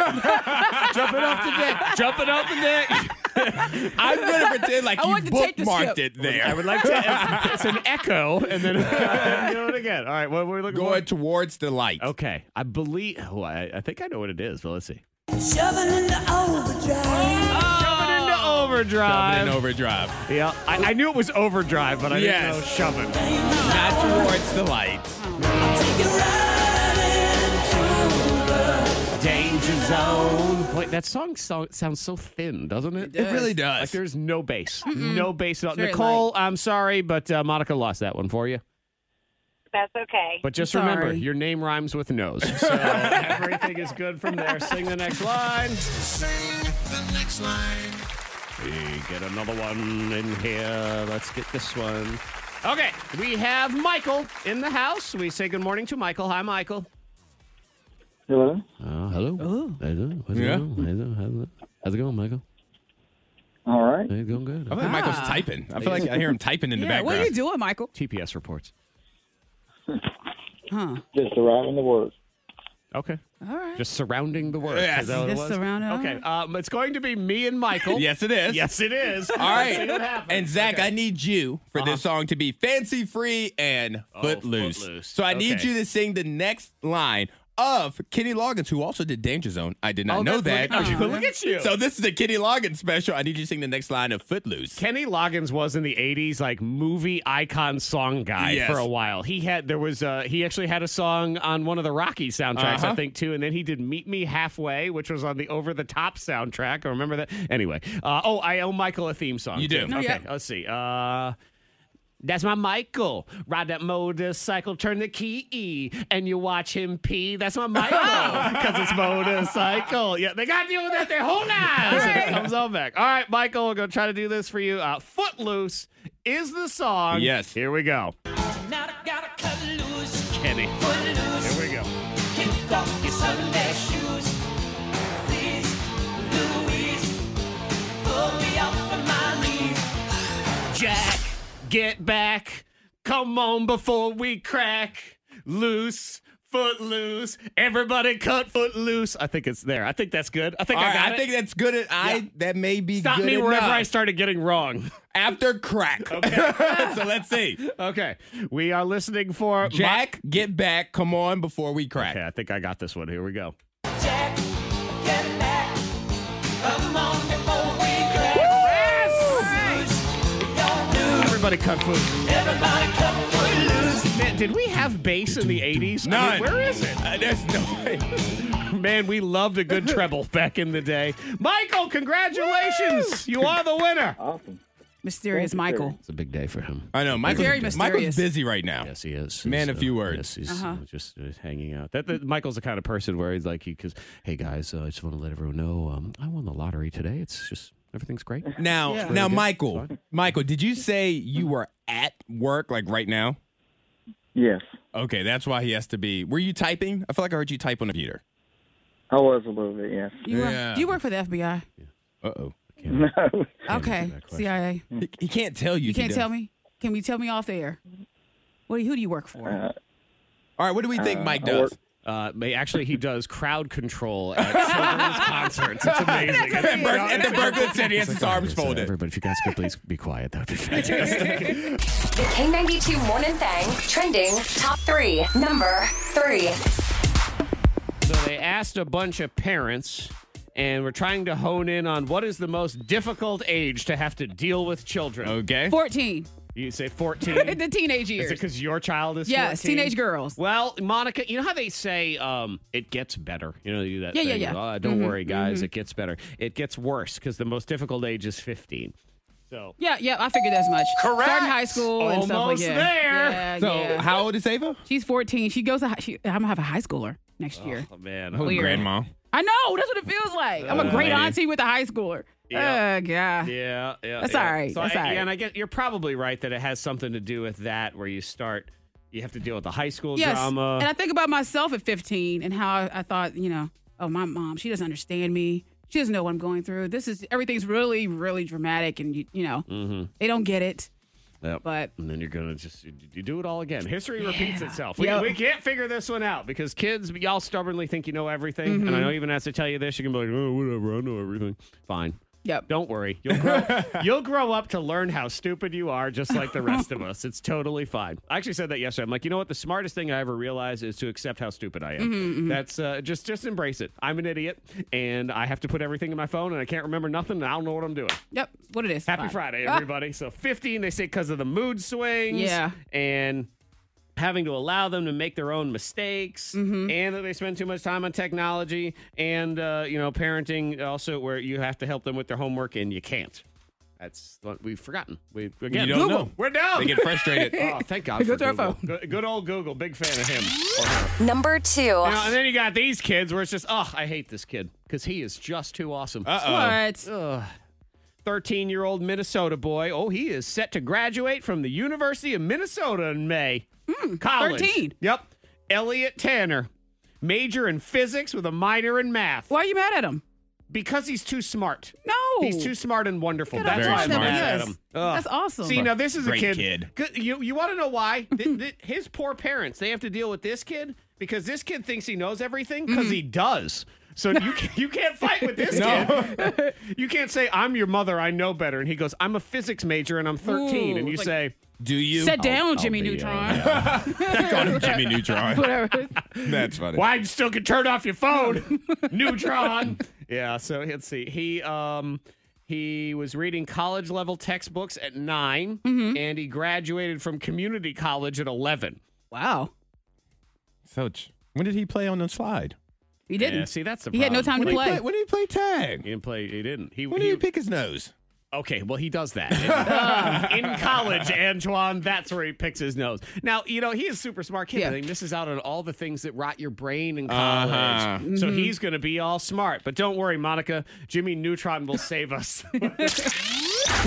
S3: off the
S6: [laughs]
S3: deck. Jumping off the deck. [laughs]
S4: I'm gonna pretend like
S6: I
S4: you
S6: want to take the
S4: bookmarked
S6: skip.
S4: it there.
S3: I would like to. It's an echo, and then [laughs] do it again. All right, what were we looking for?
S4: going towards the light.
S3: Okay, I believe. Oh, I, I think I know what it is, but let's see. Shoving into overdrive.
S4: Jumping
S6: Uh,
S4: in overdrive.
S3: Yeah, I, I knew it was overdrive, but I
S4: Yes.
S3: didn't know shoving.
S4: Not towards the light.
S3: Danger zone. Wait, that song so, sounds so thin, doesn't it?
S4: It really
S3: Like
S4: does.
S3: there's no bass, no bass at all.
S6: It's very
S3: Nicole, I'm sorry, but uh, Monica lost that one for you.
S7: That's okay.
S3: But just
S6: I'm
S3: remember,
S6: sorry.
S3: your name rhymes with nose, [laughs] so everything is good from there. Sing the next line.
S1: Sing the next line.
S3: We get another one in here. Let's get this one. Okay, we have Michael in the house. We say good morning to Michael. Hi, Michael.
S9: Hello?
S3: Uh, hello. Hello. How's it
S4: Yeah.
S3: going? Hello. Hello. How's it going, Michael?
S9: All right.
S3: It's going good.
S4: I feel like Michael's
S3: Ah.
S4: typing. I feel like I hear him typing in the
S6: Yeah,
S4: background.
S6: what are you doing, Michael?
S3: TPS reports.
S9: Just arriving to work.
S3: Okay.
S6: All right.
S3: Just surrounding the word.
S4: Yes.
S3: Is that what it
S6: Just
S3: was?
S6: surrounding- all
S3: Okay. Um, it's going to be me and Michael.
S4: [laughs] Yes, it
S3: [laughs]
S4: is.
S3: Yes, it is.
S4: All right.
S3: Let's see what happens.
S4: And Zach, I need you for this
S3: Uh-huh.
S4: song to be fancy free and Oh, footloose.
S3: footloose.
S4: So I need
S3: Okay.
S4: you to sing the next line of Kenny Loggins, who also did Danger Zone. I did not
S3: Oh,
S4: know
S3: that's-
S4: that.
S3: look at you, look at you.
S4: So this is the Kenny Loggins special. I need you to sing the next line of Footloose.
S3: Kenny Loggins was in the '80s like movie icon song guy
S4: Yes.
S3: for a while. He had there was uh, he actually had a song on one of the Rocky soundtracks, I
S4: Uh-huh.
S3: think, too. And then he did "Meet Me Halfway," which was on the Over the Top soundtrack. I remember that. Anyway, uh, oh, I owe Michael a theme song.
S4: You
S3: too.
S4: do. No,
S3: okay,
S6: yeah.
S3: let's see. Uh, that's my Michael. Ride that motorcycle, turn the key, E, and you watch him pee. That's my Michael, because it's motorcycle. Yeah, they got to deal with that their whole lives. And it comes all back. All right, Michael, we're going to try to do this for you. Uh, Footloose is the song.
S4: Yes.
S3: Here we go.
S5: Now I gotta cut loose,
S3: Kenny.
S5: put loose,
S3: Here we go.
S5: kick off your Sunday shoes. Please, Louise, pull me up on my knees.
S3: Jack, get back. Come on before we crack. Loose. Foot loose. Everybody cut foot loose. I think it's there. I think that's good. I think
S4: All
S3: I
S4: right,
S3: got
S4: I
S3: it.
S4: think that's good. I
S3: Yeah.
S4: that may be
S3: Stop
S4: good
S3: me wherever
S4: enough.
S3: I started getting wrong.
S4: after crack. [laughs] so let's see.
S3: [laughs] Okay, we are listening for my-
S4: Jack, get back. Come on before we crack.
S3: okay, I think I got this one. Here we go.
S5: Jack, get back. Come on before we crack. Don't
S3: Everybody, cut food.
S5: do everybody come foot loose.
S3: Man, did we have bass in the '80s? I mean,
S4: None.
S3: where is it?
S4: Uh, there's no way.
S3: Man, we loved a [laughs] good treble back in the day. Michael, congratulations! You are the winner.
S9: Awesome.
S6: Mysterious Michael.
S3: It's a big day for him.
S4: I know. Michael's,
S6: very
S4: Michael's
S6: mysterious.
S4: busy right now.
S3: Yes, he is.
S4: Man
S3: He's,
S4: of few words.
S3: Yes, he's
S6: Uh-huh.
S3: uh, just uh, hanging out. That, that- Michael's the kind of person where he's like, he because hey guys, uh, I just want to let everyone know um, I won the lottery today. It's just everything's great.
S4: Now,
S6: Yeah.
S4: now,
S3: Really good.
S4: Michael,
S3: Fine.
S4: Michael, did you say you were at work like right now?
S9: Yes,
S4: Okay, that's why he has to be. Were you typing? I feel like I heard you type on the computer.
S9: I was a little bit. Yes.
S6: You, work-
S4: Yeah.
S6: you work for the FBI.
S4: Uh oh.
S9: No.
S6: Okay. CIA. You,
S4: He, he can't tell you.
S6: can't
S4: today.
S6: tell me? Can we tell me off the air? What do you, who do you work for?
S4: All right, what do we think Mike
S9: I work-
S4: does?
S3: Uh, may- actually, he does crowd control at
S6: [laughs]
S3: children's concerts. It's amazing.
S4: At the, Berk- at the Berkman City, he has [laughs] his arms folded.
S3: Everybody, if you guys could please be quiet, that would be fantastic.
S8: The K92 Morning Thang trending top three. Number three.
S3: So they asked a bunch of parents, and we're trying to hone in on what is the most difficult age to have to deal with children.
S4: Okay.
S6: 14.
S3: You say
S6: [laughs] In
S3: 14.
S6: [laughs] the teenage
S3: Is it
S6: years.
S3: because your child is?
S6: Yes,
S3: 14?
S6: teenage girls.
S3: Well, Monica, you know how they say um, it gets better. You know, they do that.
S6: Yeah, yeah,
S3: thing,
S6: yeah. Mm-hmm,
S3: "Oh, don't worry, guys. It gets better. It gets worse because the most difficult age is 15. So
S6: Yeah, yeah, I figured as much.
S3: Correct.
S6: Starting high school and stuff like
S3: Almost
S6: that.
S3: there.
S6: Yeah,
S4: So,
S6: yeah.
S4: how old is Ava?
S6: She's 14. She goes to high, she, I'm going to have a high schooler next year.
S3: oh, man,
S4: Oh,
S6: Weird.
S4: grandma.
S6: I know. That's what it feels like. I'm a great
S4: lady.
S6: auntie with a high schooler.
S3: Uh, Yeah.
S6: Ugh, yeah.
S3: Yeah, yeah.
S6: That's
S3: yeah.
S6: all right.
S3: So
S6: That's
S3: I,
S6: all right.
S3: Yeah, and I guess you're probably right that it has something to do with that, where you start, you have to deal with the high school
S6: Yes.
S3: drama.
S6: And I think about myself at 15 and how I, I thought, you know, oh, my mom, she doesn't understand me. She doesn't know what I'm going through. This is everything's really, really dramatic, and you, you know,
S3: Mm-hmm.
S6: they don't get it.
S3: Yep.
S6: But
S3: And then you're gonna just you- you do it all again. History repeats itself. We,
S6: Yep.
S3: we can't figure this one out because kids, y'all stubbornly think you know everything. And
S6: Mm-hmm.
S3: I know even as I tell you this, you can be like, oh, whatever, I know everything. Fine.
S6: yep,
S3: Don't worry. You'll grow, you'll grow up to learn how stupid you are, just like the rest of us. It's totally fine. I actually said that yesterday. I'm like, you know what? The smartest thing I ever realized is to accept how stupid I am. That's uh, just just embrace it. I'm an idiot, and I have to put everything in my phone, and I can't remember nothing, and I don't know what I'm doing.
S6: yep. What it is?
S3: Happy
S6: Fine.
S3: Friday,
S6: Ah,
S3: everybody. So 15, they say because of the mood swings.
S6: Yeah.
S3: And having to allow them to make their own mistakes
S6: Mm-hmm.
S3: and that they spend too much time on technology and, uh, you know, parenting also where you have to help them with their homework and you can't. That's what we've forgotten. We, again,
S4: You don't
S3: Google.
S4: know.
S3: We're down.
S4: They get frustrated.
S3: [laughs]
S6: [laughs]
S3: Oh, thank God
S6: Go
S3: for
S6: to our
S3: Google.
S6: phone.
S3: Good, good old Google. Big fan of him.
S8: Number two.
S3: You know, and then you got these kids where it's just, oh, I hate this kid because he is just too awesome.
S6: What?
S3: 13 year old Minnesota boy. Oh, he is set to graduate from the University of Minnesota in May.
S6: Hmm,
S3: College.
S6: 13.
S3: Yep. Elliot Tanner, major in physics with a minor in math.
S6: Why are you mad at him?
S3: Because he's too smart.
S6: No.
S3: He's too smart and wonderful.
S6: Good
S3: That's
S4: on
S3: why I'm
S4: him.
S3: mad at
S6: Yes.
S3: him.
S6: That's awesome.
S3: See, now this is
S4: Great
S3: a
S4: kid.
S3: kid. Good- You, you want to know why? Th- th- [laughs] his poor parents, they have to deal with this kid because this kid thinks he knows everything because he
S6: Mm.
S3: does.
S6: [laughs]
S3: So you, ca- you can't fight with this kid. you can't say, I'm your mother, I know better. And he goes, I'm a physics major and I'm 13.
S6: Ooh,
S3: and you
S6: like-
S3: say,
S4: Do you?
S6: Sit down, Jimmy
S9: uh,
S3: uh, [laughs]
S6: Neutron.
S4: I called him Jimmy
S6: [laughs]
S4: Neutron.
S6: Whatever.
S4: That's funny.
S3: Why you still can turn off your
S6: [laughs]
S3: phone, Neutron? Yeah. So let's see. He um he was reading college level textbooks at 9
S6: Mm-hmm.
S3: and he graduated from community college at eleven.
S6: Wow.
S4: So, ch- when did he play on the slide?
S6: He didn't.
S3: Yeah, see, that's the
S6: He had no
S3: problem.
S6: time to
S4: When did he
S6: play.
S4: play- When did he play
S3: He
S4: tag?
S3: didn't play. He didn't. He,
S4: When did
S3: he
S4: he pick his nose?
S3: okay. Well, he does that uh, in college, Antoine. That's where he picks his nose. Now you know he is a super smart kid,
S6: Yeah.
S3: but he misses out on all the things that rot your brain in college.
S4: Uh-huh.
S3: So he's going to be all smart. But don't worry, Monica. Jimmy Neutron will save us.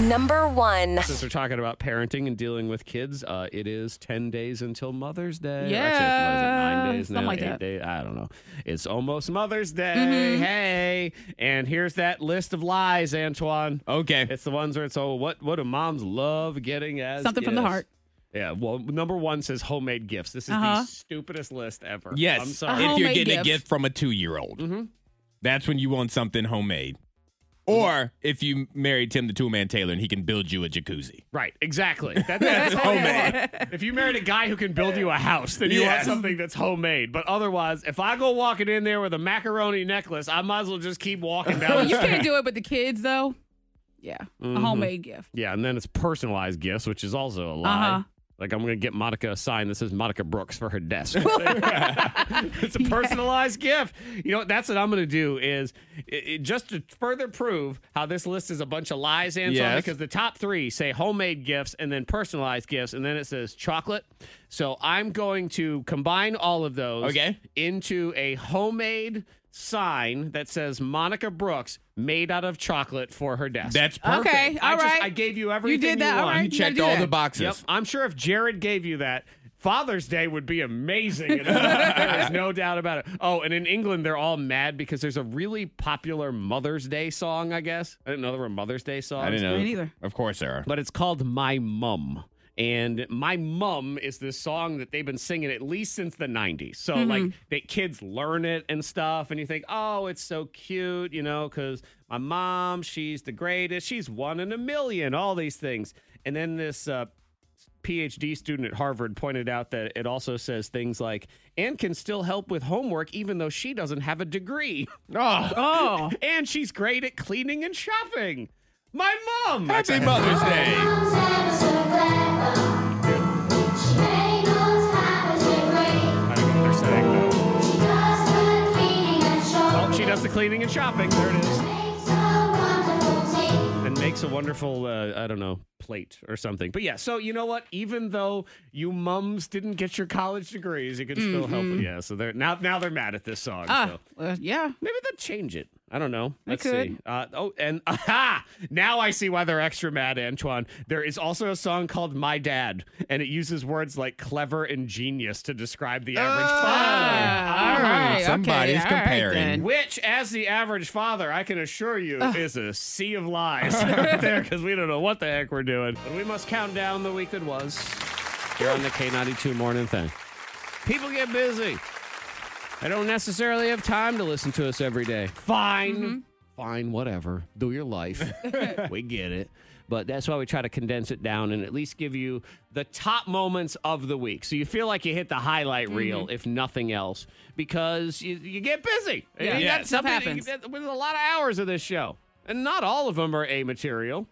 S8: Number one.
S3: Since we're talking about parenting and dealing with kids, uh, it is 10 days until Mother's Day.
S6: Yeah,
S3: Actually, what is it, nine days
S6: something
S3: now,
S6: like
S3: eight
S6: that. Mm-hmm.
S3: days, I don't know. It's almost Mother's Day. Hey. And here's that list of lies, Antoine.
S4: Okay.
S3: It's the ones where it's, oh, what, what do moms love getting as
S6: Something from the
S3: gifts?
S6: heart.
S3: Yeah, well, number one says homemade gifts. This is
S6: Uh-huh.
S3: the stupidest list ever.
S4: Yes.
S3: I'm sorry.
S4: If you're
S6: Homemade
S4: getting a
S6: gift.
S4: Mm-hmm. gift from a two year old, that's when you want something homemade. Or if you marry Tim the Tool Man Taylor and he can build you a jacuzzi.
S3: Right, exactly. That- that's homemade. If you married a guy who can build you a house, then you want
S4: Yes.
S3: something that's homemade. But otherwise, if I go walking in there with a macaroni necklace, I might as well just keep walking
S6: [laughs] Well,
S3: down [laughs]
S6: Oh, you
S3: the
S6: can't
S3: street.
S6: do it with the kids though. Yeah, a
S3: Mm-hmm.
S6: homemade gift.
S3: Yeah, and then it's personalized gifts, which is also a lie.
S6: Uh-huh.
S3: Like I'm gonna get Monica a sign that says Monica Brooks for her desk. [laughs] it's a personalized gift. You know what? That's what I'm gonna do is i i- just to further prove how this list is a bunch of lies and
S4: Yes.
S3: because the top three say homemade gifts and then personalized gifts and then it says chocolate. So I'm going to combine all of those
S4: Okay.
S3: into a homemade sign that says Monica Brooks made out of chocolate for her desk.
S4: That's perfect.
S6: Okay,
S3: I
S6: all
S3: just-
S6: right.
S3: I gave you everything
S6: did that, all
S3: want.
S6: right.
S4: You
S6: You
S4: checked
S6: gotta do
S4: all the
S6: that.
S4: boxes.
S3: Yep. I'm sure if Jared gave you that, Father's Day would be
S6: [laughs]
S3: amazing. There's no doubt about it. Oh, and in England, they're all mad because there's a really popular Mother's Day song, I guess. I didn't know there were Mother's Day songs.
S4: I didn't know.
S6: Me neither.
S4: Of course there are.
S3: But it's called My Mum. And My Mum is this song that they've been singing at least since the 90s. So, like, that kids learn it and stuff. And you think, oh, it's so cute, you know, because my mom, she's the greatest. She's one in a million, all these things. And then this uh, PhD student at Harvard pointed out that it also says things like, and can still help with homework even though she doesn't have a degree.
S6: Oh,
S3: [laughs] and she's great at cleaning and shopping. My mom!
S4: Happy Mother's Day.
S3: I don't know what they're saying, though. Well, she does the cleaning and shopping. There it is. And makes a wonderful, uh, I don't know, plate or something. But yeah, so you know what? Even though you mums didn't get your college degrees, you can still help. Them. Yeah, so they're now now they're mad at this song.
S6: ah,
S3: so.
S6: well, yeah.
S3: Maybe they'll change it. I don't know. Let's
S6: could.
S3: see. Uh, oh, and [laughs] aha! Now I see why they're extra mad, Antoine. There is also a song called "My Dad," and it uses words like "clever" and "genius" to describe the average father.
S6: Ah, all right, okay,
S4: Somebody's
S6: all right
S4: comparing.
S6: then.
S3: Which, as the average father, I can assure you, is a sea of lies out there because we don't know what the heck we're doing. But we must count down the week that was here on the K92 morning thing. People get busy. They don't necessarily have time to listen to us every day. Fine.
S6: Mm-hmm.
S3: Fine, whatever. Do your life.
S6: [laughs]
S3: we get it. But that's why we try to condense it down and at least give you the top moments of the week. So you feel like you hit the highlight
S6: Mm-hmm.
S3: reel, if nothing else, because you, you get busy.
S6: Yeah.
S3: You
S6: Yeah,
S3: got
S6: stuff
S3: something.
S6: happens.
S3: that- There's a lot of hours of this show. And not all of them are A material.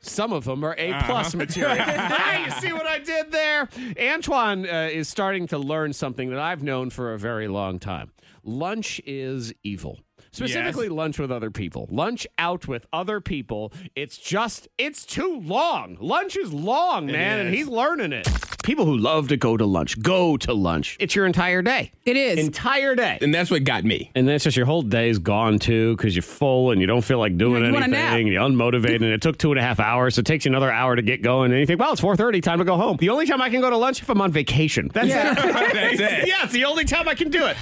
S3: Some of them are A plus material. hey, you see what I did there? Antoine uh, is starting to learn something that I've known for a very long time. Lunch is evil. Specifically, lunch with other people. Lunch out with other people. It's just, it's too long. Lunch is long, man, and he's learning it. People who love to go to lunch, go to lunch. It's your entire day.
S6: It is.
S3: Entire day.
S4: And that's what got me.
S3: And then it's just your whole day's gone too because you're full and you don't feel like doing
S6: You want a nap.
S3: anything. You're unmotivated. and it took two and a half hours. So it takes you another hour to get going. And you think, well, it's 4.30, time to go home. The only time I can go to lunch if I'm on vacation. That's it.
S6: [laughs]
S4: That's
S3: [laughs]
S4: it.
S3: yeah, it's the only time I can do it.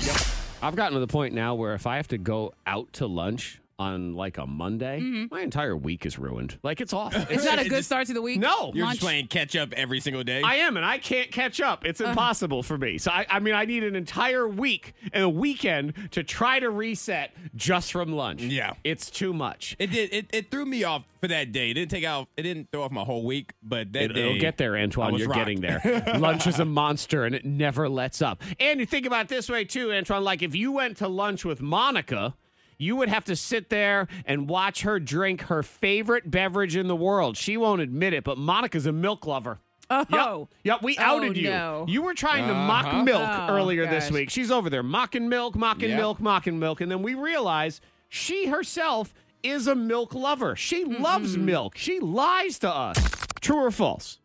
S3: I've gotten to the point now where if I have to go out to lunch on like a Monday,
S6: Mm-hmm.
S3: my entire week is ruined. Like it's off. [laughs]
S6: It's not a good start to the week.
S3: No.
S4: You're
S6: Lunch.
S4: just playing catch up every single day.
S3: I am, and I can't catch up. It's
S4: Uh-huh.
S3: impossible for me. So I, I mean, I need an entire week and a weekend to try to reset just from lunch.
S4: Yeah.
S3: it's too much.
S4: it did. It, it threw me off for that day. It didn't take out. It didn't throw off my whole week. But that
S3: It,
S4: day,
S3: will get there,
S4: I
S3: Antoine.
S4: was
S3: You're
S4: rocked.
S3: getting
S4: [laughs]
S3: there. lunch is a monster, and it never lets up. And you think about it this way too, Antoine. Like if you went to lunch with Monica. You would have to sit there and watch her drink her favorite beverage in the world. She won't admit it, but Monica's a milk lover.
S6: Oh,
S3: Yep. Yep. We outed you.
S6: no.
S3: You were trying to
S4: Uh-huh.
S3: mock milk
S6: Oh,
S3: earlier this
S6: gosh.
S3: week. She's over there mocking milk, mocking
S4: Yep.
S3: milk, mocking milk. And then we realize she herself is a milk lover. She loves milk. She lies to us. True or false?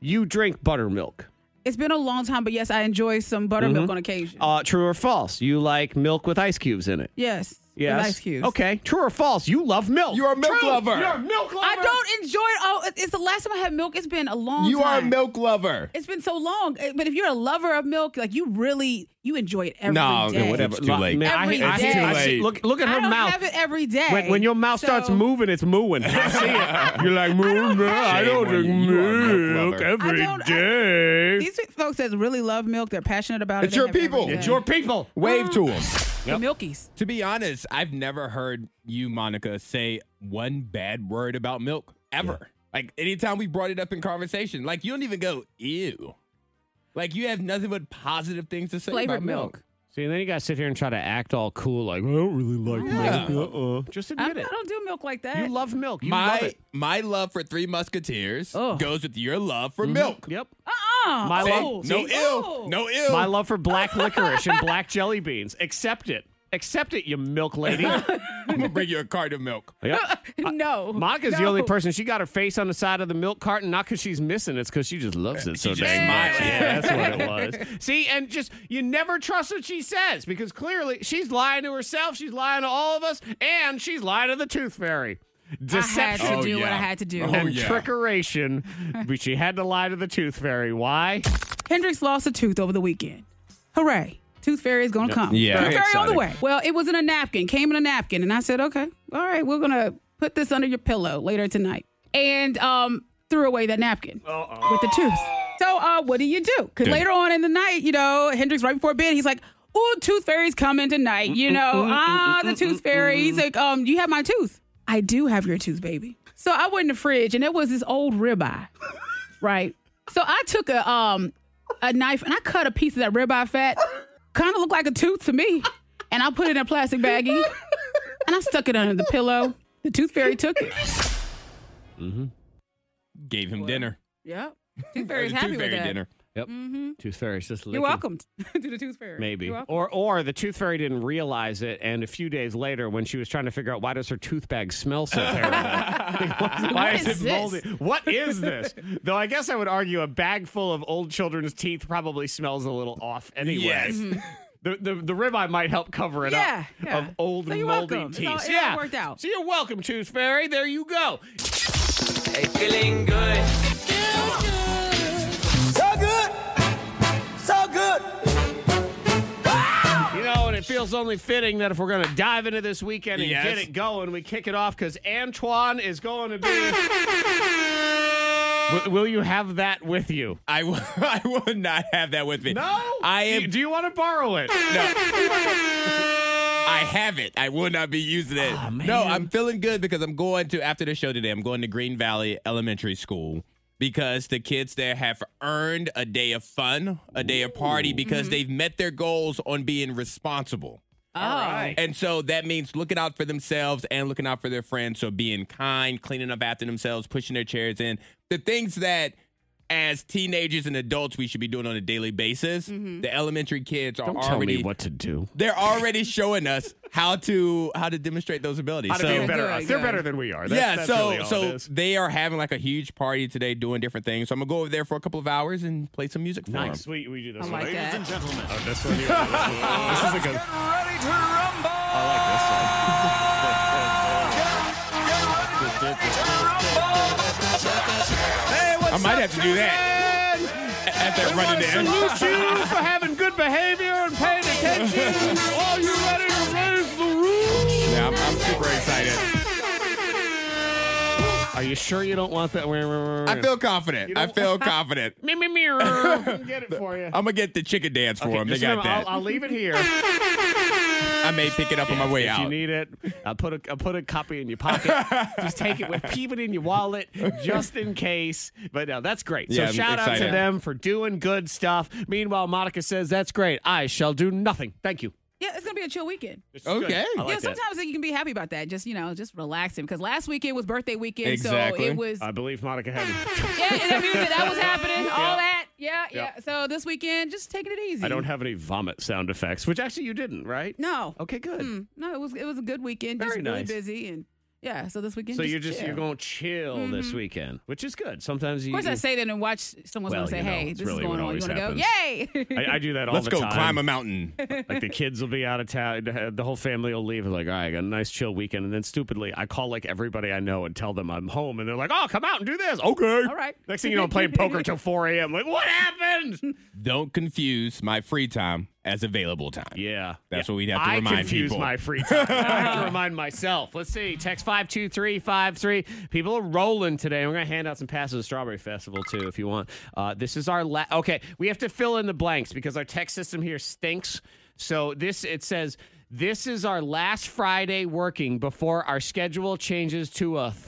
S3: You drink buttermilk.
S6: it's been a long time, but yes, I enjoy some buttermilk on occasion.
S3: Uh, true or false? You like milk with ice cubes in it.
S6: yes. with
S3: Yes.
S6: Ice cubes.
S3: Okay. True or false? You love milk.
S4: You're a milk
S3: True.
S4: lover.
S3: You're a milk lover.
S6: I don't enjoy it. Oh, it- it's the last time I had milk. It's been a long
S4: You
S6: time.
S4: are a milk lover.
S6: Eh, It's been so long. Uh, But if you're a lover of milk, like you really You enjoy it every day.
S4: No, whatever. It's too late.
S3: Man, I,
S6: Every
S3: hate- I,
S6: day.
S3: hate- I
S4: It's too
S3: see-
S4: late.
S3: look, look at
S6: I
S3: her
S6: don't
S3: mouth.
S6: have it every day.
S3: When, when your mouth starts
S6: So-
S3: moving, it's moving. I see it. You're like, "Moo, I don't
S4: Shame
S3: drink
S4: on you. You are a milk
S3: milk
S4: lover.
S3: every
S6: I don't- I-
S3: day."
S6: These folks that really love milk, they're passionate about
S10: It's
S6: it. they
S10: your
S6: have it every
S10: people. It's
S6: day.
S3: people.
S10: Wave to him.
S6: The Milkies.
S4: To be honest, I've never heard you, Monica, say one bad word about milk ever. Like anytime we brought it up in conversation, like you don't even go ew. Like you have nothing but positive things to say
S6: Flavored
S4: about milk.
S6: milk.
S3: See, and then you gotta sit here and try to act all cool, like I don't really like
S4: Yeah.
S3: milk. Uh-uh. [laughs] Just
S6: I,
S3: admit
S6: I
S3: it.
S6: don't do milk like that.
S3: You love milk. You love
S4: My
S3: it.
S4: my love for Three Musketeers
S6: Ugh.
S4: goes with your love for milk.
S3: Yep.
S6: uh-uh.
S3: My
S4: See?
S3: love-
S4: Oh, no
S6: See?
S4: ill,
S6: Oh.
S4: no ill. [laughs]
S3: My love for black licorice and black jelly beans. Accept it. Accept it, you milk lady.
S4: I'm gonna bring you a cart of milk.
S3: yep.
S6: no.
S3: Monica's the
S6: No.
S3: only person. She got her face on the side of the milk carton, not because she's missing it, it's because she just loves it so
S4: She's just
S3: dang much.
S4: smiling.
S3: Yeah, that's what
S4: [laughs]
S3: it was. See, and just you never trust what she says because clearly she's lying to herself, she's lying to all of us, and she's lying to the tooth fairy.
S6: I had
S3: Deception.
S6: to
S4: Oh,
S6: do what
S4: yeah.
S6: I had to do.
S4: Oh,
S3: and
S4: yeah.
S6: [laughs]
S3: trickeration, but she had to lie to the tooth fairy. Why?
S6: Hendrix lost a tooth over the weekend. Hooray. Tooth Fairy is going to come.
S4: Yeah.
S6: Tooth
S4: Very
S6: Fairy on the
S4: exciting.
S6: way. Well, it was in a napkin, came in a napkin. And I said, okay, all right, we're going to put this under your pillow later tonight. And um, threw away that napkin with the tooth. So uh, what do you do? Because later on in the night, you know, Hendrix, right before bed, he's like, ooh, Tooth Fairy's coming tonight. You know, ah, the Tooth Fairy. He's like, um, you have my tooth. I do have your tooth, baby. So I went in the fridge and there was this old ribeye, [laughs] right? So I took a um a knife and I cut a piece of that ribeye fat. Kind of looked like a tooth to me. And I put it in a plastic baggie and I stuck it under the pillow. The tooth fairy took it.
S4: Gave him dinner.
S6: Yep. Tooth
S4: Or
S6: fairy's
S4: the
S6: happy
S4: Tooth
S6: with
S4: Fairy
S6: that.
S4: dinner. [laughs]
S3: Yep. Tooth fairy's just
S6: You're
S3: licking-
S6: welcome [laughs] to the tooth fairy.
S3: Maybe,
S6: You're welcome.
S3: or or the tooth fairy didn't realize it, and a few days later, when she was trying to figure out why does her tooth bag smell
S6: [laughs]
S3: so terrible, Like, why, why
S6: What
S3: is,
S6: is
S3: it moldy? What is this? Though I guess I would argue a bag full of old children's teeth probably smells a little off anyway. Mm-hmm.
S4: Yes.
S6: [laughs]
S3: The, the, the ribeye might help cover it
S6: Yeah,
S3: up
S6: yeah.
S3: of old
S6: So you're
S3: moldy
S6: welcome. It's
S3: teeth.
S6: all- it all
S3: yeah,
S6: worked out.
S3: So you're welcome, tooth fairy. There you go.
S5: Hey, feeling good. So good. So good.
S3: You know, and it feels only fitting that if we're going to dive into this weekend and
S4: Yes.
S3: get it going, we kick it off because Antoine is going to be. Will- will you have that with you?
S4: I will, [laughs] I will not have that with me. I
S3: Do,
S4: am.
S3: do you want to borrow it?
S4: Oh. I have it. I will not be using it. No, I'm feeling good because I'm going to after the show today. I'm going to Green Valley Elementary School because the kids there have earned a day of fun, a day of party because they've met their goals on being responsible.
S6: Oh.
S4: And so that means looking out for themselves and looking out for their friends. So being kind, cleaning up after themselves, pushing their chairs in. The things that as teenagers and adults we should be doing on a daily basis. The elementary kids are
S3: Don't tell
S4: already
S3: me what to do.
S4: they're already showing us how to how to demonstrate those abilities.
S3: How to
S4: so
S3: be better.
S6: Good,
S3: us. They're
S6: good.
S3: better than we are. That's,
S4: yeah,
S3: that's
S4: so
S3: really all it
S4: so
S3: is.
S4: they are having like a huge party today, doing different things. So I'm gonna go over there for a couple of hours and play some music for
S3: nice.
S4: them.
S3: We, we do this
S6: I
S3: one.
S6: like that.
S1: gentlemen,
S3: Oh, this [laughs] one. here. This one. This is a good.
S5: Ready to rumble.
S3: I like
S5: Hey, what's
S4: I might have to do that
S3: this one.
S4: a- at that
S3: I
S4: running dance.
S3: salute you for having good behavior and paying attention. Are you ready to raise the roof?
S4: Yeah, I'm, I'm super excited.
S3: Are you sure you don't want that?
S4: I feel confident. I
S3: don't- [laughs]
S4: feel confident.
S3: me me mirror. [laughs] Get it for you.
S4: I'm gonna get the chicken dance for them. They
S3: Just
S4: got
S3: remember,
S4: that.
S3: I'll, I'll leave it here.
S4: I may pick it up on my way
S3: if you
S4: out.
S3: need it, I put a I put a copy in your
S4: [laughs]
S3: pocket. just take it with keep it in your wallet just in case. But no, that's great. So
S4: Yeah, I'm
S3: shout out to
S4: excited.
S3: them for doing good stuff. Meanwhile, Monica says that's great. I shall do nothing. Thank you.
S6: Yeah, it's gonna be a chill weekend.
S3: This is good.
S4: Okay.
S3: I like
S6: yeah,
S3: that.
S6: sometimes you can be happy about that. Just you know, just relaxing because last weekend was birthday weekend,
S4: Exactly.
S6: so it was
S3: I believe Monica had.
S6: yeah, and that music that was happening, all that, yeah,
S3: Yeah.
S6: yeah. So this weekend, just taking it easy.
S3: I don't have any vomit sound effects, which actually you didn't, right?
S6: no,
S3: Okay, good.
S6: Mm, no. It was it was a good weekend. just
S3: Very nice.
S6: really busy and yeah. So this weekend,
S3: So you're just
S6: chill. Mm-hmm.
S3: you're going to chill this weekend, which is good. Sometimes you.
S6: Of course, I say that and watch someone's
S3: Well,
S6: gonna say,
S3: you know,
S6: "Hey,
S3: it's
S6: this
S3: really
S6: is
S3: what
S6: going on. You
S3: always
S6: want to go?
S3: [laughs]
S6: Yay!"
S3: I, I do that all
S4: Let's
S3: the
S4: go
S3: time.
S4: climb
S3: [laughs]
S4: a mountain.
S3: Like the kids will be out of town. uh, The whole family will leave. Like, all right, I got a nice chill weekend. And then stupidly, I call like everybody I know and tell them I'm home. And they're like, oh, come out and do this. Okay.
S6: All right. [laughs]
S3: Next thing you know, I'm playing poker till 4 a.m. Like, what happened?
S4: Don't confuse my free time as available time.
S3: Yeah.
S4: That's
S3: Yeah.
S4: what we'd have to
S3: I
S4: remind
S3: confuse
S4: people.
S3: my
S4: [laughs]
S3: free time. I have to remind myself. Let's see. Text 52353. People are rolling today. We're going to hand out some passes to Strawberry Festival, too, if you want. Uh, this is our last. Okay. We have to fill in the blanks because our text system here stinks. So this, it says, this is our last Friday working before our schedule changes to a. th-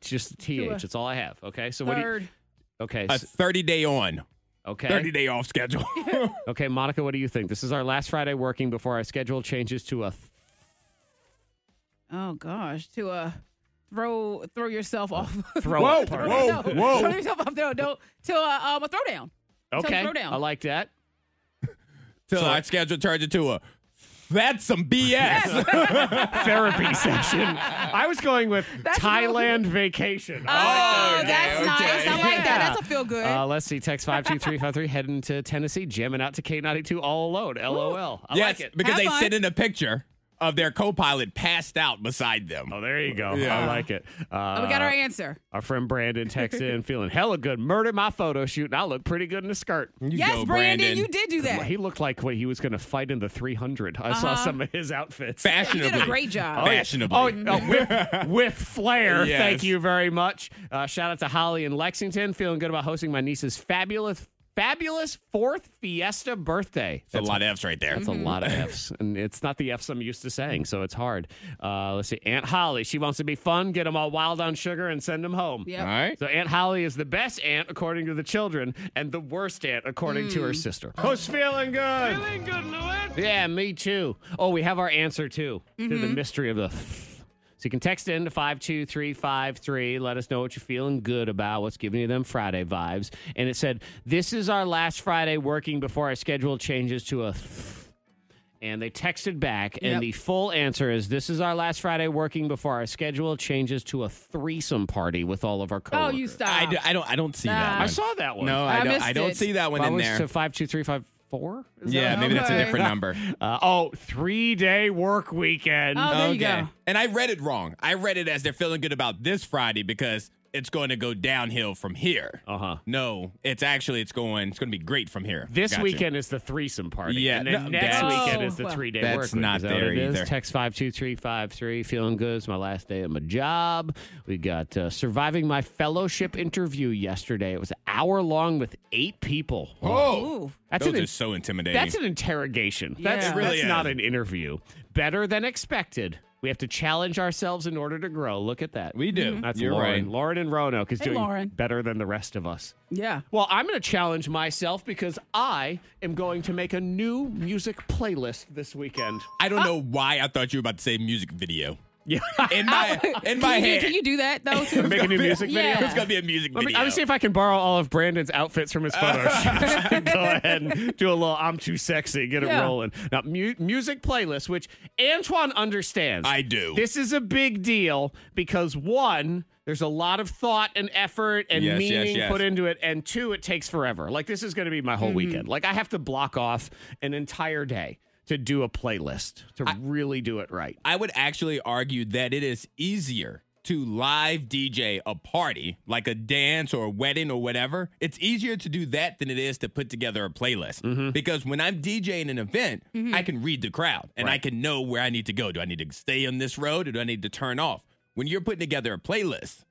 S3: just a
S6: a
S3: th. It's all I have. Okay. So what do you.
S6: [laughs] Third.
S3: Okay. [laughs]
S4: A
S3: s-
S4: 30 day on,
S3: Okay.
S4: 30 day off schedule.
S3: [laughs]
S4: [laughs]
S3: Okay, Monica, what do you think? This is our last Friday working before our schedule changes to a. Th-
S6: Oh gosh, to uh throw throw yourself off. [laughs]
S3: Throw Whoa, a party.
S4: whoa,
S6: no,
S4: whoa.
S6: [laughs] Throw yourself off. No, no. To uh, um, a throwdown. Sounds
S3: okay,
S6: throwdown.
S3: I like
S6: [laughs]
S3: that.
S4: so our schedule turns into a
S3: [laughs]
S4: that's some BS.
S3: Therapy session.
S6: [laughs]
S3: I was going with
S6: That's
S3: Thailand vacation.
S6: Oh, that's
S4: okay.
S6: nice. I like that.
S3: Yeah.
S6: That's a feel good.
S3: Uh, let's see. Text five two three five three. Heading to Tennessee, jamming out to K ninety two all alone. LOL. I like
S4: yes,
S3: it.
S4: because
S6: Have
S4: they
S6: fun.
S4: sent in a picture of their co pilot passed out beside them.
S3: Oh, there you go.
S4: Yeah.
S3: I like it. Uh,
S6: Oh, we got our answer.
S3: our friend Brandon texts
S6: [laughs]
S3: in, feeling hella good. Murder my photo shoot, and I look pretty good in a skirt.
S4: You
S6: Yes,
S4: go,
S6: Brandon, you did do
S3: Well,
S6: that.
S3: He looked like what he was going to fight in the 300. I
S6: Uh-huh.
S3: saw some of his outfits.
S6: You
S4: Fashionably.
S6: did a great job.
S4: Fashionably.
S3: Oh, oh, with, with flair.
S4: Yes.
S3: Thank you very much. Uh, shout out to Holly in Lexington. Feeling good about hosting my niece's fabulous, fabulous fourth fiesta birthday.
S4: That's a lot of F's right there.
S3: That's a lot of F's. And it's not the F's I'm used to saying, so it's hard. Uh, let's see. Aunt Holly, she wants to be fun, get them all wild on sugar, and send them home.
S6: Yep.
S4: All right.
S3: So Aunt Holly is the best aunt according to the children, and the worst aunt according
S6: Hmm.
S3: to her sister.
S6: Oh,
S3: Who's feeling good? Feeling good, Lewis. Yeah, me too. Oh, we have our answer too to
S6: Mm-hmm.
S3: the mystery of the. So you can text in to five two three five three. Let us know what you're feeling good about. What's giving you them Friday vibes? And it said, "This is our last Friday working before our schedule changes to a." And they texted back, and
S6: Yep.
S3: the full answer is: This is our last Friday working before our schedule changes to a threesome party with all of our
S6: Oh,
S3: coworkers.
S6: you stop.
S4: I, do, I don't. I don't see that.
S6: Nah.
S4: One.
S3: I saw that one.
S4: No, I,
S6: I
S4: don't.
S6: missed
S4: I don't
S6: it.
S4: see that one
S3: I
S4: in
S3: was
S4: there.
S3: to five two three five four. Is that-
S4: yeah, maybe that's a
S6: Okay.
S4: different
S6: [laughs]
S4: number.
S3: Uh, oh, three day work weekend.
S6: Oh, there you go.
S4: And I read it wrong. I read it as they're feeling good about this Friday because it's going to go downhill from here.
S3: Uh huh.
S4: No, it's actually it's going it's going to be great from here.
S3: This
S4: Gotcha.
S3: weekend is the threesome party.
S4: Yeah,
S3: and then
S4: no,
S3: next
S4: that's-
S3: weekend is the
S6: Oh,
S3: three day
S4: that's
S3: work week.
S4: not
S3: Is that what
S4: there
S3: it is?
S4: either.
S3: Text five two three five three. Feeling good. It's my last day at my job. We got uh, surviving my fellowship interview yesterday. It was an hour long with eight people.
S4: Oh,
S6: Ooh.
S3: that's
S4: those
S3: an
S4: are so intimidating.
S3: That's an interrogation. That's,
S6: Yeah. It really
S3: that's not
S4: is.
S3: an interview. Better than expected. We have to challenge ourselves in order to grow. Look at that.
S4: we
S6: Mm-hmm.
S4: do.
S3: That's
S4: You're
S3: Lauren.
S4: right.
S3: Lauren and Roanoke is
S6: Hey,
S3: doing
S6: Lauren.
S3: better than the rest of us.
S6: Yeah.
S3: Well, I'm going to challenge myself because I am going to make a new music playlist this weekend.
S4: I
S6: Ah.
S4: don't know why I thought you were about to say music video.
S3: Yeah.
S4: In
S6: [laughs]
S4: my in my
S6: can, you do,
S4: head,
S6: can you do
S3: [laughs]
S6: that though? too?
S3: make a
S4: [laughs]
S3: new music video.
S6: Yeah.
S4: it's going to be a music
S3: Let me,
S4: video.
S3: let me see if I can borrow all of Brandon's outfits [laughs] from his photo shoot. [laughs] Go ahead and do a little I'm too sexy, get it
S6: Yeah.
S3: rolling. Now, mu- music playlist, which Antoine understands.
S4: I do.
S3: This is a big deal because one, there's a lot of thought and effort and
S4: Yes, yes,
S3: meaning
S4: yes. Mm-hmm.
S3: put into it, and two, it takes forever. Like this is going to be my whole weekend. Like I have to block off an entire day to do a playlist to really do it right.
S4: I would actually argue that it is easier to live DJ a party, like a dance or a wedding or whatever. It's easier to do that than it is to put together a playlist. Because when I'm DJing an event, I can read the crowd and I can know where I need to go. Do I need to stay on this road or do I need to turn off? When you're putting together a playlist,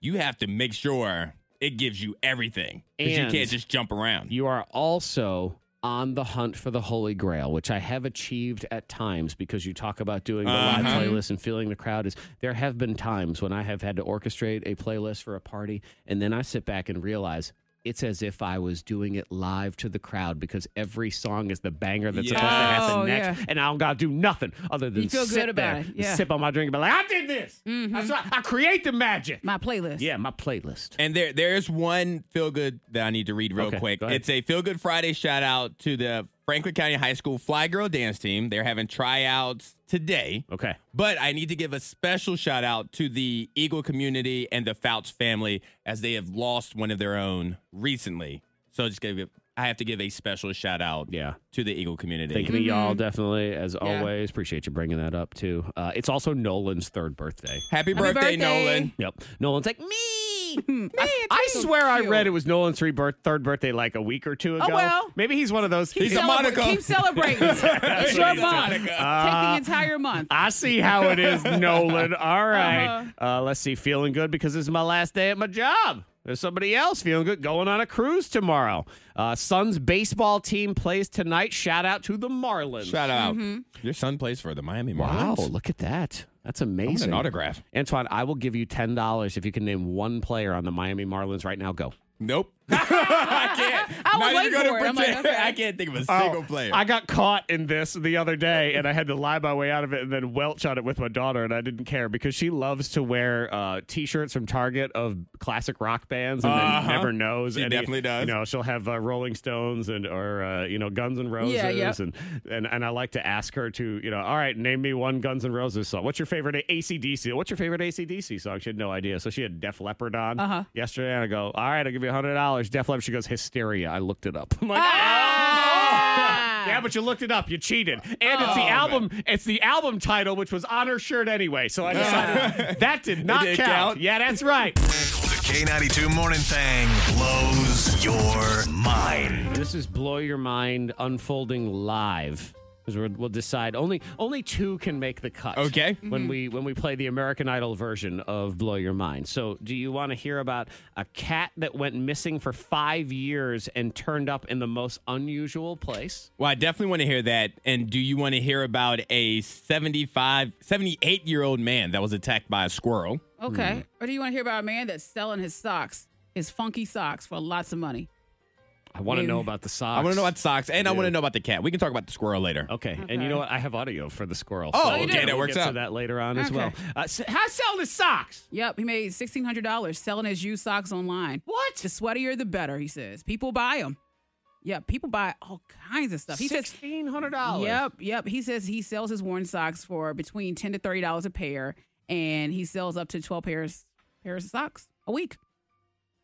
S4: you have to make sure it gives you everything because you
S3: And-
S4: can't just jump around.
S3: You are also on the hunt for the Holy Grail, which I have achieved at times because you talk about doing the live
S4: Uh-huh.
S3: playlist and feeling the crowd is there have been times when I have had to orchestrate a playlist for a party and then I sit back and realize it's as if I was doing it live to the crowd because every song is the banger that's supposed to happen
S6: Yes. Oh,
S3: next, and I don't gotta do nothing other than
S6: You feel good
S3: sit
S6: about
S3: there,
S6: it, yeah. Mm-hmm.
S3: sip on my drink, and be like, "I did this. That's why I create the magic."
S6: My playlist.
S3: yeah, my playlist.
S4: And there there is one feel good that I need to read real
S3: Okay,
S4: quick.
S3: go ahead.
S4: It's a feel good Friday shout out to the Franklin County High School Fly Girl Dance Team. They're having tryouts today.
S3: Okay.
S4: But I need to give a special shout out to the Eagle community and the Fouts family as they have lost one of their own recently. So just give I have to give a special shout out
S3: Yeah.
S4: to the Eagle community.
S3: Thinking of y'all, definitely, as
S6: Mm-hmm. Yeah.
S3: always. Appreciate you bringing that up, too. Uh, it's also Nolan's third birthday.
S4: Happy, birthday,
S6: birthday.
S4: Nolan.
S3: Yep. Nolan's like, me.
S6: [laughs] Me. I,
S3: I swear I read it was Nolan's three birth, third birthday like a week or two ago.
S6: Oh, well.
S3: Maybe he's one of those.
S6: Keep
S4: He's a
S6: celebra-
S4: Monica.
S6: Keep celebrating. it's your month. Take the entire month.
S3: I see how it
S6: [laughs]
S3: is, Nolan.
S6: Uh-huh.
S3: All right. Uh, let's see. Feeling good because this is my last day at my job. There's somebody else feeling good going on a cruise tomorrow. Uh, Suns baseball team plays tonight. Shout out to the Marlins.
S4: Shout out. Your son plays for the Miami
S3: Wow,
S4: Marlins.
S3: look at that. That's
S4: I want
S3: amazing.
S4: an autograph.
S3: Antoine, I will give you $10 if you can name one player on the Miami Marlins right now. Go.
S6: [laughs]
S4: Nope. [laughs] I can't.
S6: I was
S4: Not even
S6: waiting
S4: gonna
S6: for it. I'm like,
S4: pretend.
S6: okay.
S4: [laughs] I can't think of
S3: Oh.
S4: a single player.
S3: I got caught in this the other day, and I had to lie my way out of it, and then welch on it with my daughter, and I didn't care because she loves to wear uh, t-shirts from Target of classic rock bands, and
S4: Uh-huh.
S3: then never knows.
S4: She
S3: any-
S4: definitely does.
S3: You know, she'll have uh, Rolling Stones and or uh, you know Guns N' Roses,
S6: Yeah, yep.
S3: and and and I like to ask her to you know, all right, name me one Guns N' Roses song. What's your favorite ACDC? What's your favorite ACDC song? She had no idea, so she had Def Leppard on
S6: Uh-huh.
S3: yesterday, and I go, all right, I'll give you hundred dollars. Def Leppard. She goes, Hysteria. I looked it up. I'm like, "Oh,
S6: Ah.
S3: yeah, but you looked it up. You cheated, and it's the
S4: Oh,
S3: album. It's the album title, which was on her shirt anyway. So I
S4: [laughs]
S3: decided that did not
S4: didn't
S3: count.
S4: count?
S3: Yeah, that's right.
S1: The K92 Morning Thang blows your mind.
S3: [laughs] This is blow your mind unfolding live. Because we'll decide only only two can make the cut.
S4: Okay.
S3: When we when we play the American Idol version of Blow Your Mind. So, do you want to hear about a cat that went missing for five years and turned up in the most unusual place?
S4: Well, I definitely want to hear that. And do you want to hear about a 75, 78 year old man that was attacked by a squirrel?
S6: Okay.
S4: Mm.
S6: Or do you want to hear about a man that's selling his socks, his funky socks, for lots of money?
S3: I want to
S6: Maybe.
S3: know about the socks.
S4: I want to know about socks and I
S3: Yeah.
S4: want to know about the cat. We can talk about the squirrel later.
S3: Okay. and you know what? I have audio for the squirrel.
S4: Oh,
S3: we'll
S4: okay,
S3: get-
S4: that
S3: we'll
S4: works
S3: get to
S4: out.
S3: that later on as
S6: Okay.
S3: well. Uh, s- how sell the socks?
S6: Yep, he made sixteen hundred dollars selling his used socks online.
S3: What?
S6: The sweatier, the better. He says people buy them. Yeah, people buy all kinds of stuff. He says.
S3: sixteen hundred dollars.
S6: Yep, yep. He says he sells his worn socks for between ten to thirty dollars a pair, and he sells up to twelve pairs pairs of socks a week.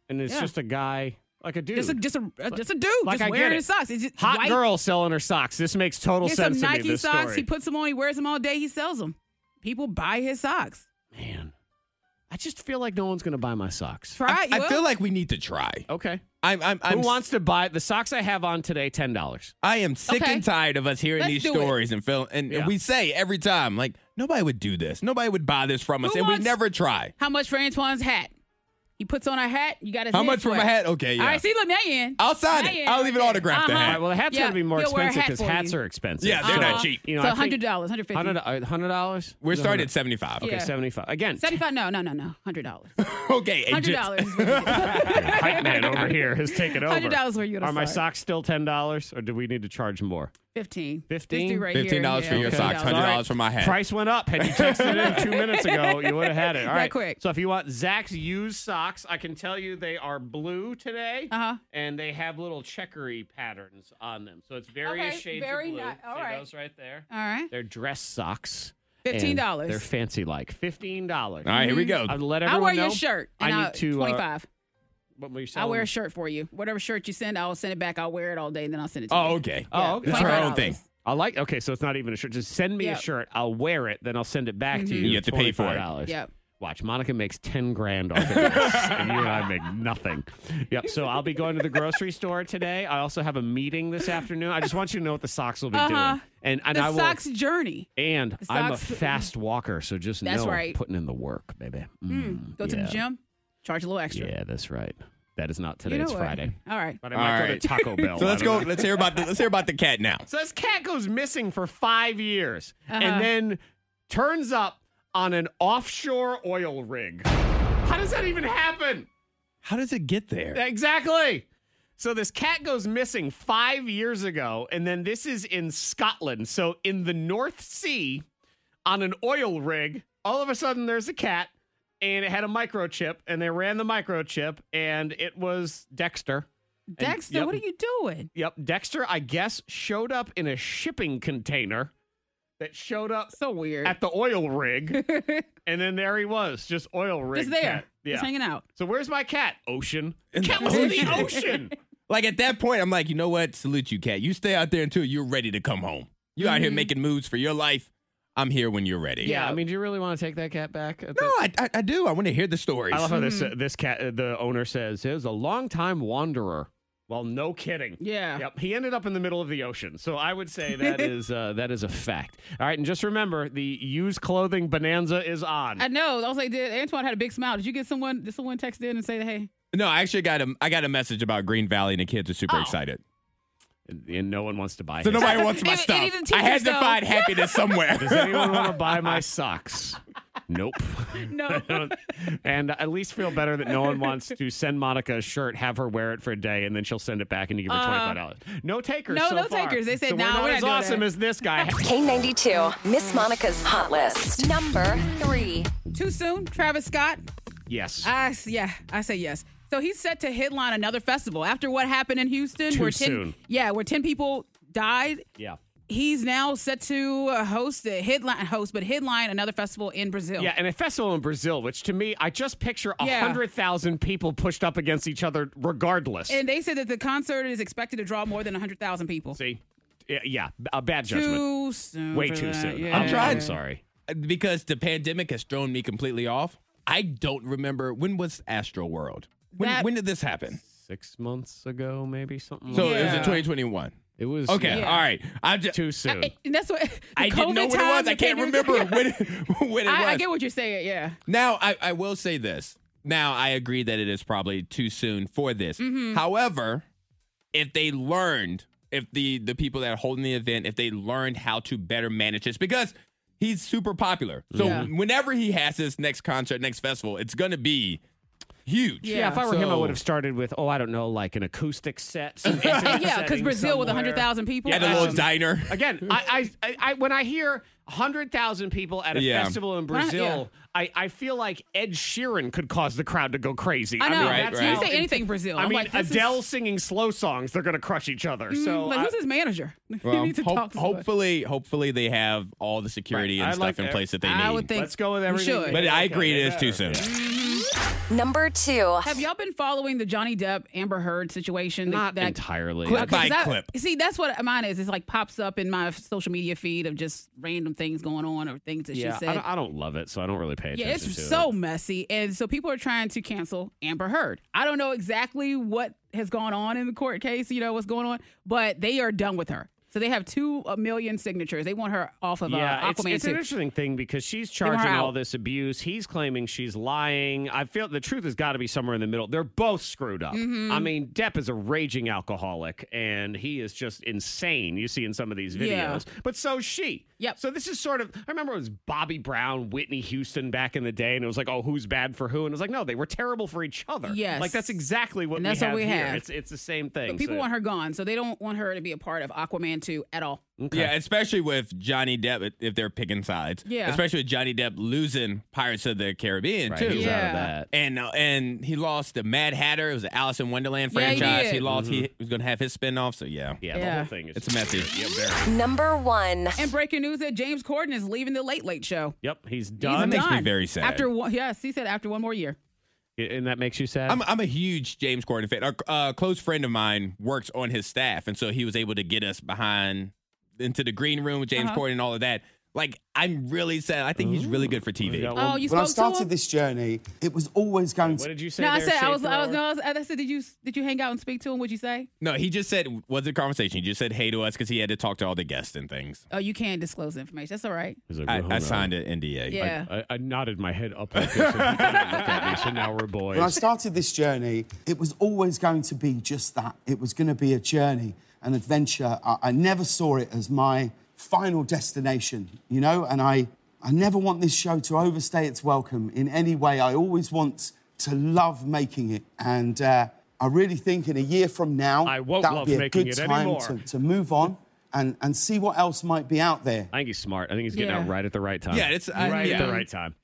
S3: And it's
S6: Yeah.
S3: just a guy, like a dude.
S6: Just a just a just a dude
S3: Like
S6: just
S3: I get
S6: wearing
S3: it.
S6: his socks. It's just
S3: Hot
S6: white-
S3: girl selling her socks. This makes total
S6: Here's
S3: sense
S6: some
S3: to me.
S6: Nike
S3: This
S6: socks.
S3: story.
S6: He puts them on. He wears them all day. He sells them. People buy his socks.
S3: Man, I just feel like no one's going to buy my socks.
S6: Try.
S4: I,
S6: you
S4: I feel
S6: will.
S4: like we need to try.
S3: Okay.
S4: I'm, I'm, I'm,
S3: Who wants to buy the socks I have on today? Ten dollars.
S4: I am sick
S6: Okay.
S4: and tired of us hearing
S6: Let's
S4: these
S6: do it.
S4: stories and film. And,
S3: Yeah.
S4: and we say every time, like, nobody would do this. Nobody would buy this from us.
S6: Who
S4: and
S6: wants-
S4: we never try.
S6: How much for Antoine's hat? He puts on a hat. You got his.
S4: How
S6: head
S4: much for my
S6: sweat.
S4: hat? Okay, yeah.
S6: All right, see, look, now you're in.
S4: I'll sign
S6: Now
S4: it.
S6: you're in
S4: I'll
S6: right
S4: even
S6: there.
S4: autograph the
S6: Uh-huh.
S4: hat.
S3: All right. Well, the hat's
S6: Yeah,
S3: going to be more
S6: he'll wear a
S3: expensive
S6: hat
S3: because
S6: for
S3: hats
S6: you.
S3: are expensive.
S4: Yeah, they're not
S6: Uh-huh.
S4: cheap.
S3: You know,
S6: so
S3: I think-
S6: hundred dollars, hundred fifty.
S3: Hundred dollars.
S4: We're starting at 75.
S3: Okay,
S6: Yeah.
S3: seventy-five. Again,
S6: Seventy-five? No, no, no, no. Hundred dollars.
S4: [laughs] Okay. and
S6: Hundred
S4: just-
S6: dollars.
S4: [laughs]
S6: is what it is.
S3: hype man over here has taken over.
S6: $100 where you gonna
S3: Are my
S6: start?
S3: socks still ten dollars, or do we need to charge more?
S6: Fifteen. This
S3: Fifteen?
S6: dude right here,
S4: $15 for
S6: yeah,
S4: your
S6: $15.
S4: socks, $100 for my hat.
S3: Price went up. Had you texted in two minutes ago, you would have had it. All
S6: That
S3: right,
S6: quick.
S3: So if you want Zach's used socks, I can tell you they are blue today,
S6: Uh-huh.
S3: and they have little checkery patterns on them. So it's various
S6: Okay,
S3: shades
S6: very
S3: of blue.
S6: ni- all
S3: See
S6: right.
S3: those right there.
S6: All right.
S3: They're dress socks.
S6: $15.
S3: and They're fancy like fifteen dollars.
S4: All right, here we go.
S3: I'll let everyone
S6: I'll wear
S3: know.
S6: your shirt. And
S3: I need
S6: I'll,
S3: to, uh,
S6: twenty-five.
S3: What were you
S6: I'll
S3: selling?
S6: wear a shirt for you. Whatever shirt you send, I'll send it back. I'll wear it all day, and then I'll send it to you.
S4: Oh, okay.
S3: Oh, okay.
S4: That's her own
S6: $25.
S4: thing.
S3: I like. Okay, so it's not even a shirt. Just send me
S6: Yep. Mm-hmm.
S3: a shirt. I'll wear it. Then I'll send it back to you.
S4: You have to pay for it.
S3: $25.
S6: Yep.
S3: Watch, Monica makes ten grand off of this, and you and I make nothing. Yep. So I'll be going to the grocery store today. I also have a meeting this afternoon. I just want you to know what the socks will be
S6: Uh-huh.
S3: doing, and and
S6: The
S3: I will.
S6: socks journey.
S3: and I'm a
S6: socks-
S3: fast walker, so just
S6: That's
S3: know I'm
S6: right. Hmm.
S3: putting in the work, baby. Mm,
S6: Go to the
S3: yeah.
S6: gym. Charge a little extra.
S3: Yeah, that's right. That is not
S6: You
S3: today.
S6: know
S3: it's
S6: what?
S3: Friday.
S6: All right.
S3: But I might
S4: All
S3: go
S4: right.
S3: to [laughs] Taco Bell.
S4: So
S3: I
S4: let's
S3: don't
S4: go.
S3: know.
S4: Let's hear about the let's hear about the cat now.
S3: So this cat goes missing for five years
S6: Uh-huh.
S3: and then turns up on an offshore oil rig. How does that even happen?
S4: How does it get there?
S3: Exactly. So this cat goes missing five years ago, and then this is in Scotland. So in the North Sea, on an oil rig, all of a sudden there's a cat, and it had a microchip, and they ran the microchip, and it was Dexter. And-
S6: Dexter,
S3: yep.
S6: what are you doing?
S3: Yep, Dexter, I guess, showed up in a shipping container that showed up
S6: So weird.
S3: at the oil
S6: [laughs]
S3: rig,
S6: just
S3: and then there he was, just oil rig.
S6: there.
S3: cat.
S6: Just
S3: Yeah.
S6: hanging out.
S3: So where's my cat? Ocean.
S4: In the
S3: cat was [laughs] in
S4: ocean.
S3: the [laughs] ocean.
S4: Like at that point, I'm like, you know what? Salute you, cat. You stay out there until you're ready to come home. You out here making moves for your life. I'm here when you're ready.
S3: Yeah, I mean, do you really want to take that cat back? at
S4: No,
S3: the-
S4: I, I, I do. I want to hear the stories.
S3: I love how this uh, this cat uh, the owner says it was a long time wanderer. Well, no kidding.
S6: Yeah.
S3: Yep. He ended up in the middle of the ocean, so I would say
S6: [laughs]
S3: that is uh, that is a fact. All right, and just remember the used clothing bonanza is on.
S6: I know. I was like, did Antoine had a big smile? Did you get someone? Did someone text in and say,
S3: [laughs]
S6: "Hey,
S4: no, I actually got a I got a message about Green Valley, and the kids are super excited.
S3: and, and no one wants to buy.
S4: So
S3: his-
S4: nobody wants my
S6: It- it
S4: stuff.
S6: even
S4: I had
S6: teaches
S4: to
S6: though.
S4: find happiness somewhere.
S3: Does anyone want to buy my socks? Nope.
S6: [laughs] no"?
S3: and I at least feel better that no one wants to send Monica a shirt, have her wear it for a day, and then she'll send it back and you give her twenty five dollars. No takers.
S6: Uh, no-
S3: so
S6: no
S3: far.
S6: takers. They said,
S3: so
S6: "Nah,
S3: we're
S6: we're
S3: not
S6: not
S3: as
S6: doing
S3: awesome
S6: that."
S3: as this
S6: [laughs]
S3: guy.
S8: K92, Miss Monica's Hot List. Number three.
S6: Too soon, Travis Scott.
S3: yes.
S6: I s- yeah, I say yes. So he's set to headline another festival after what happened in Houston.
S3: Too
S6: where 10,
S3: soon.
S6: Yeah, where ten people died.
S3: yeah.
S6: He's now set to uh, host a headline host, but headline another festival in Brazil.
S3: Yeah, and a festival in Brazil, which to me, I just picture a
S6: Yeah.
S3: 100,000 people pushed up against each other regardless.
S6: And they said that the concert is expected to draw more than 100,000 people.
S3: See? Yeah, yeah, a bad judgment.
S6: Too soon.
S3: Way
S6: for
S3: too
S6: that,
S3: soon.
S6: yeah.
S4: I'm trying.
S3: I'm sorry.
S4: because the pandemic has thrown me completely off. I don't remember when was Astro World. When,
S6: That-
S4: when did this happen?
S3: Six months ago, maybe something
S4: So
S3: like
S4: it was in
S6: Yeah.
S4: 2021.
S3: It was
S4: Okay,
S3: yeah,
S4: all right. I just
S3: too soon.
S6: And that's what [laughs]
S4: I
S6: the
S4: didn't know
S6: COVID
S4: what it
S6: times,
S4: was. I
S6: the
S4: can't
S6: pandemic-
S4: remember when when it [laughs] was.
S6: I, I get what you're
S4: [laughs]
S6: saying. Yeah.
S4: Now, I, I will say this. Now, I agree that it is probably too soon for this.
S3: Mm-hmm.
S4: However, if they learned, if the the people that are holding the event, if they learned how to better manage this, because he's super popular, so
S6: Yeah.
S4: whenever he has his next concert, next festival, it's gonna be huge.
S3: yeah, if I were him, I
S4: So-
S3: would have started with, oh, I don't know, like an acoustic set. some intimate
S6: [laughs] yeah, because
S3: setting
S6: Brazil with with
S3: somewhere.
S6: 100,000 people.
S4: at a little
S3: [laughs]
S6: um,
S4: diner.
S3: Again, I, I, I, I when I hear hundred thousand people at a
S4: Yeah.
S3: festival in
S6: Right,
S3: Brazil, I, I feel like Ed Sheeran could cause the crowd to go crazy.
S6: I know.
S3: mean,
S4: Right,
S3: that's
S4: right.
S3: how
S6: You say
S3: intense-
S6: anything Brazil.
S3: I
S6: I'm
S3: mean,
S6: like, this is- Mm,
S3: Adele singing slow songs, they're going to crush each other. So
S6: like,
S3: I-
S6: who's his manager? [laughs]
S4: Well,
S6: we need to
S4: hope-
S6: talk to somebody.
S4: hopefully, hopefully they have all the security
S3: Right.
S4: and
S3: I'd
S4: stuff
S3: like
S4: in
S3: that.
S4: place that they
S6: I
S4: need.
S6: would think
S3: let's go with everything.
S6: should.
S3: they-
S4: but I
S3: okay,
S4: agree,
S3: they
S4: it is too
S3: better.
S4: soon.
S8: Number two.
S6: Have y'all been following the Johnny Depp Amber Heard situation?
S3: Not
S6: that,
S3: entirely.
S4: Clip by
S6: 'cause I-
S4: clip.
S6: See, that's what mine is. It's like pops up in my social media feed of just random things going on or things that
S3: yeah,
S6: she
S3: I
S6: said.
S3: don't, I don't love it, so I don't really pay
S6: yeah,
S3: attention.
S6: it's
S3: to
S6: so
S3: it.
S6: messy. And so people are trying to cancel Amber Heard. I don't know exactly what has gone on in the court case, you know, what's going on, but they are done with her. So they have two uh, million signatures. They want her off of
S3: Yeah,
S6: uh,
S3: it's,
S6: Aquaman
S3: it's an
S6: too.
S3: interesting thing because she's
S6: her
S3: charging all
S6: out.
S3: this abuse. He's claiming she's lying. I feel the truth has got to be somewhere in the middle. They're both screwed up.
S6: Mm-hmm.
S3: I mean, Depp is a raging alcoholic, and he is just insane. You see in some of these videos,
S6: Yeah.
S3: but so is she.
S6: Yep.
S3: So this is sort of. I remember it was Bobby Brown, Whitney Houston back in the day, and it was like, oh, who's bad for who? And it was like, no, they were terrible for each other.
S6: Yes.
S3: Like that's exactly what
S6: And that's
S3: we
S6: what
S3: have
S6: we
S3: here.
S6: have.
S3: It's it's the same thing.
S6: But people
S3: So-
S6: want her gone, so they don't want her to be a part of Aquaman 2 at all.
S4: Yeah, especially with Johnny Depp, if they're picking sides.
S6: Yeah.
S4: Especially with Johnny Depp losing Pirates of the Caribbean,
S3: Right,
S4: too.
S3: he's out of
S6: Yeah.
S3: that.
S4: And uh, and he lost the Mad Hatter. It was the Alice in Wonderland
S6: Yeah, he
S4: franchise. he,
S6: did.
S4: lost. He was going to have his spinoff. So, yeah.
S3: Mm-hmm. Yeah, the
S6: Yeah.
S3: whole thing is
S4: It's messy.
S8: Number one.
S6: And breaking news that James Corden is leaving the Late Late Show.
S3: Yep, he's
S6: He's
S4: That
S3: done.
S4: makes me
S6: done.
S4: very sad.
S6: After one, yes, he said after one more year.
S3: and that makes you sad.
S4: I'm, I'm a huge James Corden fan. A uh, close friend of mine works on his staff, and so he was able to get us behind into the green room with James
S3: Uh-huh.
S4: Corden and all of that. Like, I'm really sad. I think he's really good for TV.
S3: Yeah, well,
S6: Oh, you
S10: When I
S6: spoke to him?
S10: started this journey, it was always going
S3: What
S10: to.
S3: did you say?
S6: no, I
S3: there,
S6: said I
S3: Shea
S6: was, I was,
S3: Ferrara?
S6: no, I, was, I said, did you, did you hang out and speak to him? What'd you say?
S4: No, he just said was it a conversation. He just said hey to us because he had to talk to all the guests and things.
S6: Oh, you can't disclose information. That's all right.
S3: He's like,
S4: I,
S3: "Well,
S4: I
S3: hold on."
S4: signed an NDA.
S6: Yeah.
S3: I, I nodded my head up
S4: [laughs]
S3: like this, and he didn't look at me, so now we're
S10: When I
S3: boys.
S10: started this journey, it was always going to be just that. It was going to be a journey, an adventure. I, I never saw it as my final destination, you know. And I, I never want this show to overstay its welcome in any way. I always want to love making it, and uh, I really think in a year from now,
S3: I won't
S10: that'll
S3: love
S10: be a
S3: making
S10: good
S3: it
S10: time
S3: anymore.
S10: to, to move on and, and see what else might be out there.
S3: I think he's smart. I think he's getting
S6: Yeah.
S3: out right at the right time.
S4: Yeah, it's- I-
S3: right at
S4: yeah.
S3: the right time.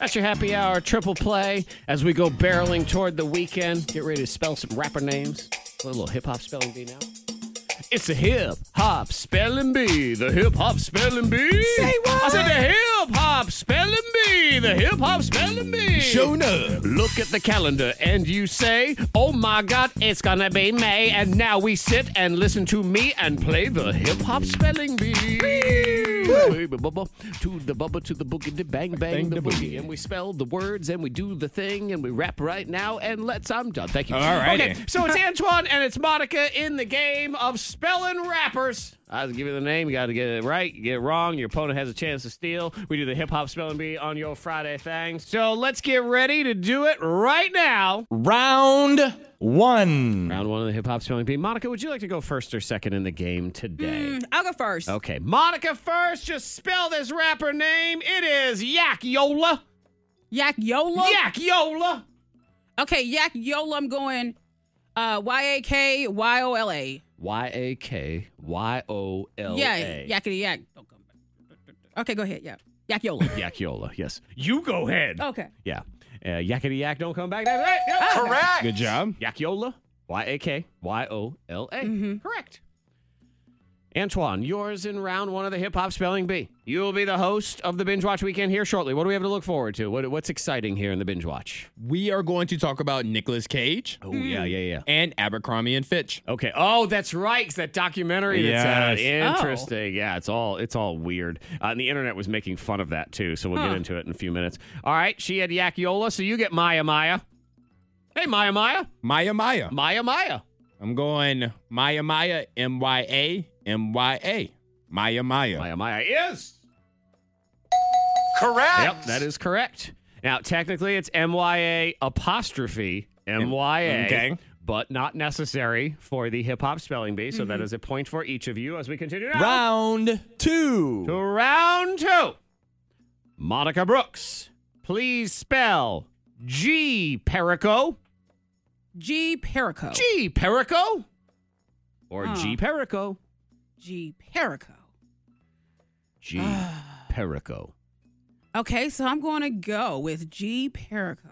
S3: That's your happy hour triple play as we go barreling toward the weekend. Get ready to spell some rapper names. A little hip hop spelling bee now. It's a hip hop spelling bee. The hip hop spelling bee. Say what? I said the hip hop spelling bee. The hip hop spelling bee.
S4: Shown up.
S3: Look at the calendar and you say, Oh my God, it's gonna be May. And now we sit and listen to me and play the hip hop spelling bee. To the bubba, to the boogie, the bang, bang, the boogie. And we spell the words and we do the thing and we rap right now. And let's, I'm done. Thank you.
S11: Okay, so it's Antoine and it's Monica in the game of spelling rappers.
S3: I'll give you the name. You got to get it right. You get it wrong. Your opponent has a chance to steal. We do the hip hop spelling bee on your Friday things.
S11: So let's get ready to do it right now.
S3: Round one. Round one of the hip hop spelling bee. Monica, would you like to go first or second in the game
S6: Mm.
S3: today?
S11: I'll go first.
S4: Oh.
S3: Okay.
S11: Monica first. Just spell this rapper name. It is Yak Yola.
S6: Yak Yola?
S11: Yak Yola.
S6: Okay, Yak Yola, I'm going uh, Y A K Y O L A.
S3: Y A K Y O L
S6: Yeah,
S3: A.
S6: yakety yak. Don't come back. Okay, go ahead. Yeah.
S4: [laughs]
S6: Yak Yola.
S3: Yakiola, yes. You go ahead.
S6: Okay.
S3: Yeah. Uh, yakety yak, don't come back. That's right. Yeah,
S6: Ah. Correct.
S3: Good job. Yakiola, Y A K Y O L A.
S11: Correct.
S3: Antoine, yours in round one of the hip hop spelling bee. You will be the host of the binge watch weekend here shortly. What do we have to look forward to? What, what's exciting here in the binge watch?
S4: We are going to talk about Nicolas Cage. Oh,
S3: yeah, yeah, yeah.
S4: And Abercrombie and Fitch.
S3: Okay. Oh, that's right. 'cause that documentary that's
S4: Yes.
S3: out.
S4: Oh.
S3: Interesting. Yeah, it's all it's all weird. Uh, and the internet was making fun of that too. So we'll
S11: Huh.
S3: get into it in a few minutes. All right. She had Yakiola, so you get Maya Maya. Hey, Maya Maya.
S4: Maya Maya.
S3: Maya Maya.
S4: I'm going Maya Maya, M Y A, M Y A. Maya Maya.
S3: Maya Maya is
S4: correct.
S3: Yep, that is correct. Now, technically, it's MYA apostrophe MYA.
S4: Okay.
S3: But not necessary for the hip hop spelling bee. So that is a point for each of you as we continue now.
S4: Mm-hmm. Round two.
S3: To round two. Monica Brooks, please spell G Perico.
S6: G Perico.
S3: G Perico. Or
S6: Huh.
S3: G Perico.
S6: G Perico.
S4: [sighs]
S3: G Perico.
S6: Okay, so I'm going to go with G Perico.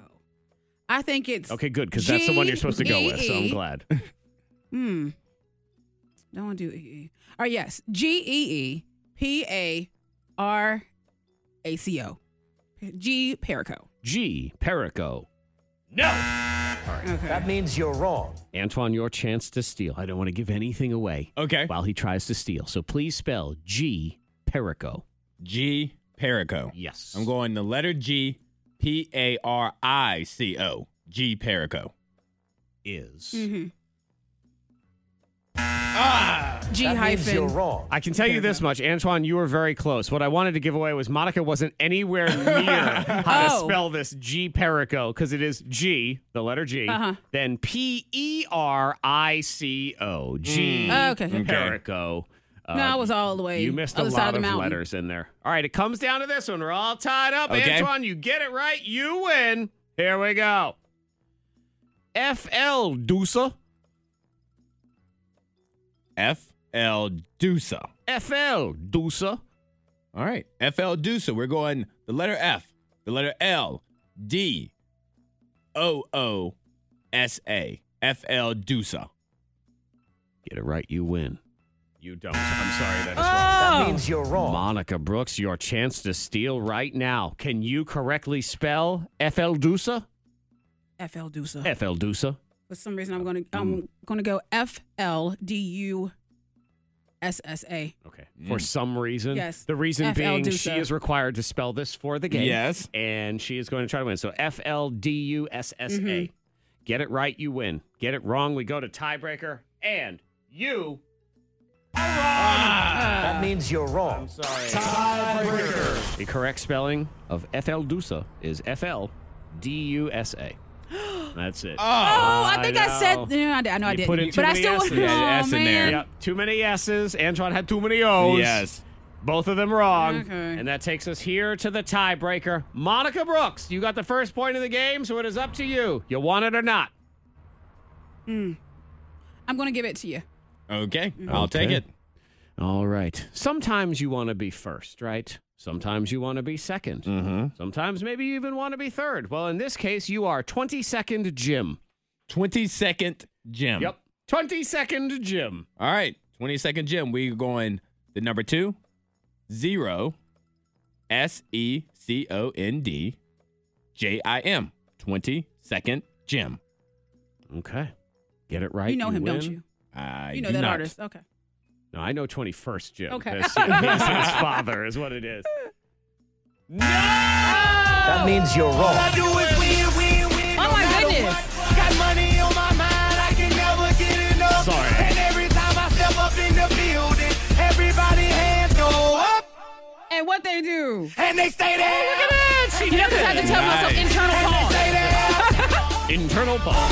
S6: I think it's.
S3: Okay, good, because that's the one you're supposed to go with. So I'm
S4: E
S6: G-E-E.
S3: glad.
S6: Hmm. Don't want to do E E. Or yes, G E E P A R A C O. G Perico.
S3: G Perico.
S5: That means you're wrong.
S3: Antoine, your chance to steal. I don't want to give anything away.
S4: Okay.
S3: While he tries to steal. So please spell G Perico.
S4: G Perico.
S3: Yes.
S4: I'm going the letter G, P A R I C O. G Perico.
S3: Is.
S6: Mm-hmm.
S3: G
S6: That means hyphen. you're wrong.
S3: I can tell you this much, Antoine, you were very close. What I wanted to give away was Monica wasn't [laughs] anywhere near how to
S6: Oh.
S3: spell this G Perico because it is G, the letter G,
S6: Uh-huh.
S3: then P E R I C O. G
S6: Mm. Okay. Okay.
S3: Perico. Uh,
S6: no, I was all the way.
S3: You missed a
S6: other side
S3: lot
S6: of,
S3: of,
S6: the mountain.
S3: letters in there. All right, it comes down to this one. We're all tied up.
S4: Okay.
S3: Antoine, you get it right. You win. Here we go. FL Dusa.
S4: F L Dusa.
S3: FL Dusa.
S4: All right. FL Dusa. We're going the letter F, the letter L, D, O O S A. FL Dusa.
S3: Get it right. You win. You don't. I'm sorry. That is
S6: Oh!
S5: That means you're wrong.
S3: Monica Brooks, your chance to steal right now. Can you correctly spell FL Dusa?
S6: FL Dusa.
S3: FL Dusa.
S6: For some reason, I'm going to
S3: Mm.
S6: I'm going to go F L D U S S A.
S3: Okay. Mm. For some reason.
S6: Yes.
S3: The reason
S6: FL
S3: being
S6: Dusa.
S3: she is required to spell this for the game.
S4: Yes.
S3: And she is going to try to win. So F L D U S S
S6: Mm-hmm.
S3: A. Get it right, you win. Get it wrong, we go to tiebreaker. And you
S5: that means you're wrong.
S3: The correct spelling of FL Dusa is F L D U S A. [gasps] That's it. Oh,
S6: Oh, I think I, said. Yeah, I, did- I know I
S3: You
S6: didn't.
S3: put in too
S6: but I
S3: many
S6: still.
S3: S's.
S6: [laughs] Oh, man.
S3: Yep, too many S's. Antoine had too many O's.
S4: Yes.
S3: Both of them wrong.
S6: Okay.
S3: And that takes us here to the tiebreaker. Monica Brooks, you got the first point of the game, so it is up to you. You want it or not?
S6: Mm. I'm going to give it to you.
S4: Okay. I'll take
S3: Mm-hmm. Okay.
S4: it.
S3: All right. Sometimes you want to be first, right? Sometimes you want to be 2nd Sometimes maybe you even want to be third. Well, in this case, you are 22nd Jim.
S4: 22nd Jim.
S3: Yep. 22nd Jim.
S4: All right. 22nd Jim. We're going the number two, zero, S E C O N D J I M. 22nd Jim.
S3: Okay. Get it right.
S6: you know him, don't
S3: win.
S6: you?
S4: I
S6: You know
S4: do
S6: that
S4: not.
S6: artist. Okay.
S3: No, I know 21st, Jim.
S12: Okay.
S3: This, this is
S6: [laughs]
S3: his father, is what it is.
S13: That means you're wrong.
S5: Oh my goodness. Got money on my mind, I can never get enough.
S3: Sorry.
S5: And every time I step up in the building, everybody hands go up.
S6: And what they do?
S5: And they stay there. Oh, Look at
S6: that. She
S5: just
S6: had to tell myself Nice. internal
S5: And
S6: pause.
S5: they stay [laughs] there.
S3: Internal ball.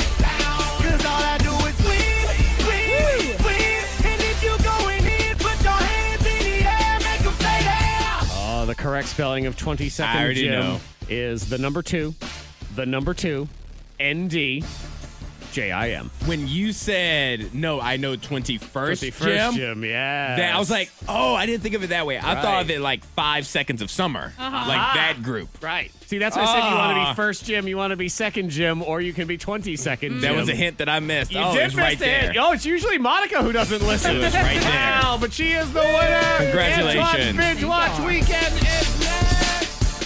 S5: 'Cause all I do is win, win, win. And if you going in, put your hands in the air, make 'em stay there.
S3: Oh, the correct spelling of 22nd
S4: I already
S3: Jim
S4: know.
S3: is the number two, the number two, N D J I M.
S4: When you said, no, I know 21st,
S3: 21st
S4: Jim,
S3: Jim, yeah.
S4: that, I was like, oh, I didn't think of it that way. I
S3: Right.
S4: thought of it like five seconds of summer,
S3: Uh-huh.
S4: like that group.
S3: Right. See, that's why I said you want to
S4: Ah.
S3: be first Jim, you want to be second Jim, or you can be 22nd Jim.
S4: That was a hint that I missed.
S3: You
S4: oh,
S3: did
S4: it's
S3: miss
S4: right
S3: the
S4: there.
S3: hint. Oh, it's usually Monica who doesn't listen.
S4: It was right there.
S3: Wow, but she is the winner.
S4: Congratulations.
S3: Binge Watch Weekend is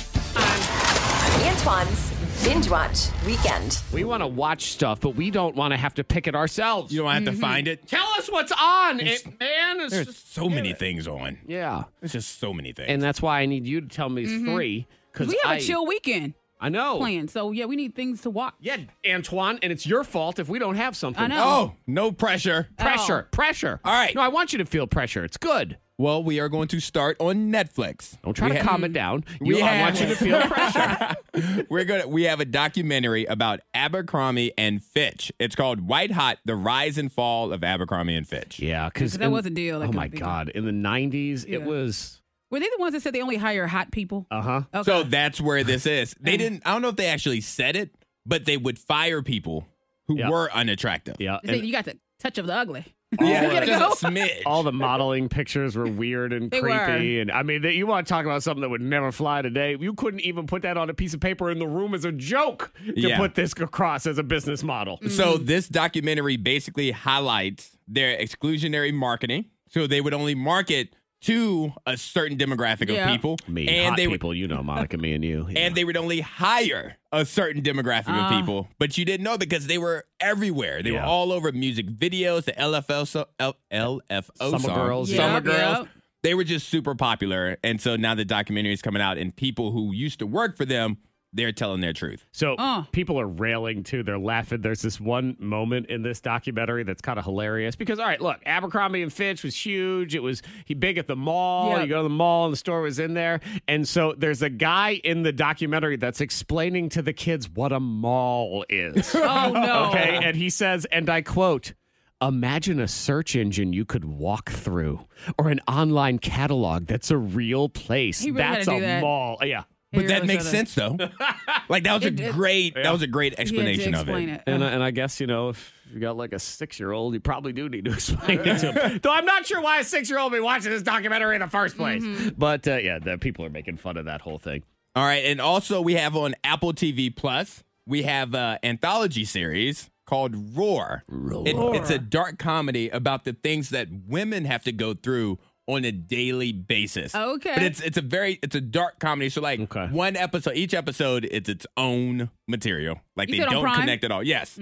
S8: Antoine's Binge Watch Weekend.
S3: We want to watch stuff, but we don't want to have to pick it ourselves. You
S4: don't have to Mhm. find it?
S3: Tell us what's on, it, man. It's
S4: There's
S3: Mm-hmm. just-
S4: so many things on.
S3: yeah.
S4: There's just so many things.
S3: And that's why I need you to tell me
S6: Mhm.
S3: three. Because
S6: we have
S3: I-
S6: a chill weekend
S3: I know.
S6: planned, so yeah, we need things to watch.
S3: Yeah, Antoine, and it's your fault if we don't have something. Oh,
S6: I know.
S4: Oh, no pressure.
S3: Pressure, pressure.
S4: All right.
S3: No, I want you to feel pressure. It's good.
S4: Well, we are going to start on Netflix.
S3: Don't try
S4: We
S3: to
S4: ha-
S3: calm it down.
S4: We
S3: You, I
S4: have-
S3: want you to feel
S4: [laughs]
S3: pressure.
S4: We're gonna we have a documentary about Abercrombie and Fitch. It's called White Hot: The Rise and Fall of Abercrombie and Fitch.
S3: yeah, because
S6: that was a deal, that
S3: Oh
S6: could
S3: my
S6: be-
S3: God! In the '90s, it
S6: Yeah.
S3: was.
S6: Were they the ones that said they only hire hot people?
S3: Uh huh.
S6: Okay.
S4: So that's where this is.
S3: [clears throat]
S4: They didn't. I don't know if they actually said it, but they would fire people who
S3: Yeah.
S4: were unattractive. [laughs]
S3: Yeah.
S6: They said you got the touch of the ugly.
S4: Yeah,
S6: You gotta
S4: just
S6: go.
S4: a [laughs] smidge.
S3: all
S6: [laughs]
S3: the modeling pictures were weird and
S6: They
S3: creepy
S6: were.
S3: and i mean that you want to talk about something that would never fly today you couldn't even put that on a piece of paper in the room as a joke to
S4: Yeah. Mm.
S3: put this across as a business model
S4: So this documentary basically highlights their exclusionary marketing. So they would only market to a certain demographic
S6: Yeah.
S4: of people,
S3: me
S4: and
S3: hot
S4: they would
S3: people you know monica me and
S4: [laughs]
S3: you
S4: and they would only hire a certain demographic
S6: Ah.
S4: of people. But you didn't know because they were everywhere. They were
S3: Yeah.
S4: all over music videos, the LFL, so, L, LFO
S3: Summer
S4: song.
S3: Girls,
S4: summer
S6: yeah.
S4: girls.
S6: Yep.
S4: They were just super popular, and so now the documentary is coming out, and people who used to work for them, they're telling their truth.
S3: so
S6: Uh.
S3: people are railing too they're laughing there's this one moment in this documentary that's kind of hilarious because all right look abercrombie and fitch was huge it was he big at the mall
S6: Yep.
S3: you go to the mall and the store was in there and so there's a guy in the documentary that's explaining to the kids what a mall is
S6: [laughs] Oh no.
S3: Okay. And he says, and I quote, Imagine a search engine you could walk through or an online catalog that's a real place.
S6: He really had
S3: that's
S6: to
S3: a
S6: do that.
S3: mall. Yeah.
S6: He
S4: But that
S6: really
S4: makes
S6: said
S4: sense,
S6: [laughs]
S4: though. like that was a
S6: It did.
S4: great that was a great
S6: He had to
S4: explanation of
S6: explain
S4: it.
S3: And, I- and I guess, you know, if you got like a six year old, you probably do need to [laughs] explain it to him. Though I'm not sure why a six year old would be watching this documentary in the first place.
S6: Mm-hmm.
S3: But uh, yeah, the people are making fun of that whole thing.
S4: All right, and also we have on Apple TV Plus we have an anthology series called Roar. It- it's a dark comedy about the things that women have to go through on a daily basis.
S6: Okay.
S4: but it's it's a very it's a dark comedy. So like
S3: Okay.
S4: one episode, each episode it's its own material. Like
S6: You
S4: they
S6: said on
S4: don't
S6: Prime? Mm-hmm.
S4: connect at all. Yes,